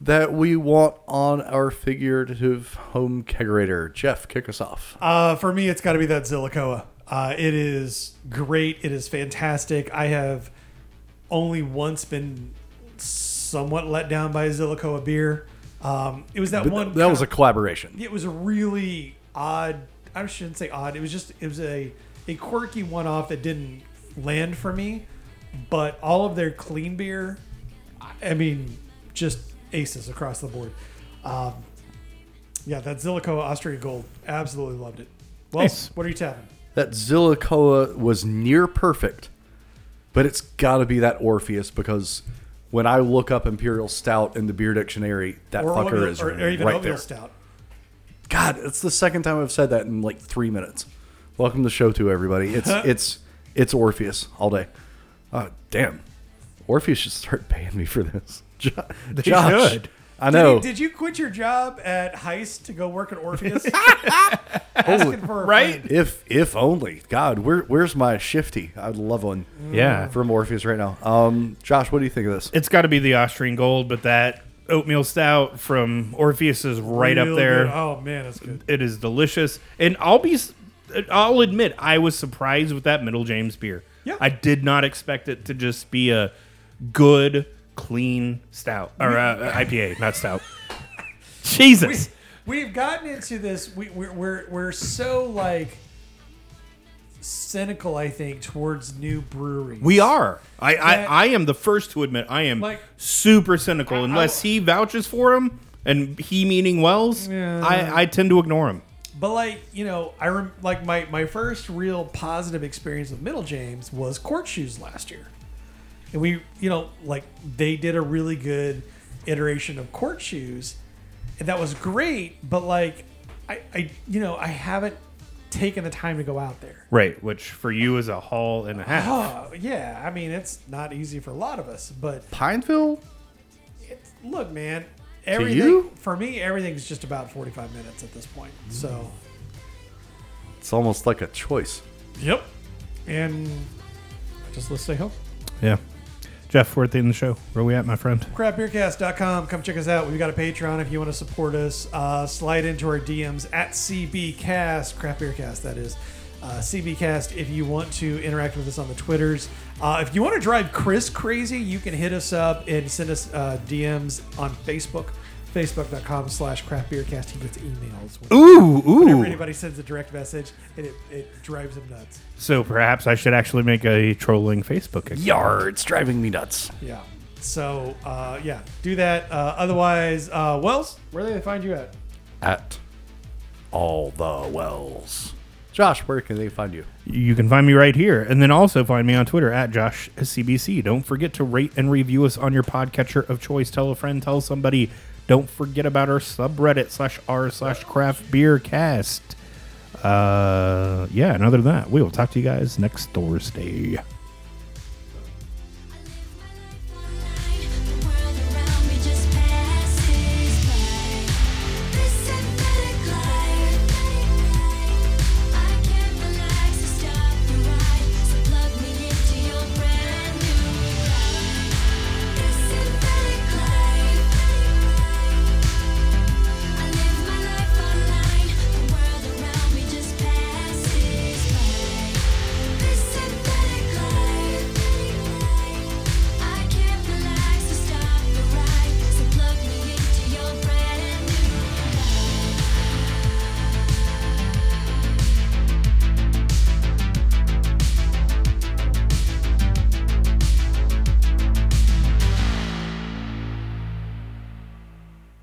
Speaker 3: that we want on our figurative home kegerator? Jeff, kick us off.
Speaker 1: Uh, for me, it's got to be that Zillicoa. Uh, it is great. It is fantastic. I have only once been somewhat let down by a Zillicoa beer. Um, it was that
Speaker 3: But
Speaker 1: one.
Speaker 3: that was a
Speaker 1: kind
Speaker 3: collaboration.
Speaker 1: of- It was a really odd. I shouldn't say odd. It was just. It was a a quirky one off that didn't land for me. But all of their clean beer, I- I mean, just aces across the board. Um, yeah, that Zillicoa Austria Gold, absolutely loved it. Well,
Speaker 2: Nice.
Speaker 1: what are you tapping?
Speaker 3: That Zillicoa was near perfect, but it's got to be that Orpheus because when I look up Imperial Stout in the beer dictionary, that fucker
Speaker 1: oatmeal-
Speaker 3: is
Speaker 1: or, or even
Speaker 3: right
Speaker 1: oatmeal
Speaker 3: there.
Speaker 1: stout.
Speaker 3: God, it's the second time I've said that in like three minutes. Welcome to show two, everybody. It's it's it's Orpheus all day. Oh, damn. Orpheus should start paying me for this. Jo- Josh,
Speaker 2: should.
Speaker 3: I
Speaker 1: Did,
Speaker 3: know.
Speaker 1: you, did you quit your job at Heist to go work at Orpheus?
Speaker 3: Holy-
Speaker 1: Asking for a
Speaker 2: Right?
Speaker 1: friend.
Speaker 3: if if only. God, where where's my shifty? I'd love one.
Speaker 2: Yeah.
Speaker 3: From Orpheus right now. Um, Josh, what do you think of this?
Speaker 2: it's got to be the Austrian Gold, but that oatmeal stout from Orpheus is right
Speaker 1: Real
Speaker 2: up there.
Speaker 1: good. Oh man, that's good.
Speaker 2: It is delicious, and I'll be, s- I'll admit, I was surprised with that Middle James beer.
Speaker 1: Yeah.
Speaker 2: I did not expect it to just be a good, clean stout or uh, IPA, not stout. Jesus,
Speaker 1: We've gotten into this. We, we're, we're we're so like cynical, I think, towards new breweries.
Speaker 2: we, are. I, I,
Speaker 1: That-
Speaker 2: I am the first to admit I am
Speaker 1: Like-
Speaker 2: super cynical.
Speaker 1: I-
Speaker 2: Unless he vouches for him, and he meaning Wells,
Speaker 1: Yeah.
Speaker 2: I, I tend to ignore him.
Speaker 1: But like you know, I rem- like my my first real positive experience with Middle James was Court Shoes last year, and we you know like they did a really good iteration of court shoes and that was great but like i i you know i haven't taken the time to go out there
Speaker 2: Right, which for you is a haul and a half.
Speaker 1: oh yeah i mean it's not easy for a lot of us but
Speaker 3: Pineville?
Speaker 1: it's, look man everything
Speaker 3: you?
Speaker 1: for me everything's just about 45 minutes at this point so
Speaker 3: It's almost like a choice.
Speaker 1: yep and just let's stay home
Speaker 2: Yeah. Jeff, we're at the end of the show. Where we at, my friend?
Speaker 1: craftbeercast.com come check us out we've got a patreon if you want to support us uh, slide into our dms at cbcast craft beer cast that is uh, cbcast if you want to interact with us on the twitters uh, if you want to drive chris crazy you can hit us up and send us uh, dms on facebook facebook.com slash craftbeercast he gets emails when-
Speaker 2: Ooh,
Speaker 1: whenever
Speaker 2: ooh.
Speaker 1: anybody sends a direct message and it, it drives him nuts
Speaker 2: So perhaps I should actually make a trolling Facebook account.
Speaker 3: Yar, it's driving me nuts.
Speaker 1: yeah so uh, yeah do that uh, otherwise uh, wells where do they find you at
Speaker 3: At all the wells. Josh, where can they find you?
Speaker 2: You can find me right here. And then also find me on Twitter at JoshCBC. Don't forget to rate and review us on your podcatcher of choice. Tell a friend, tell somebody. Don't forget about our subreddit slash r slash craft beer cast. Uh, yeah, and other than that, we will talk to you guys next Thursday.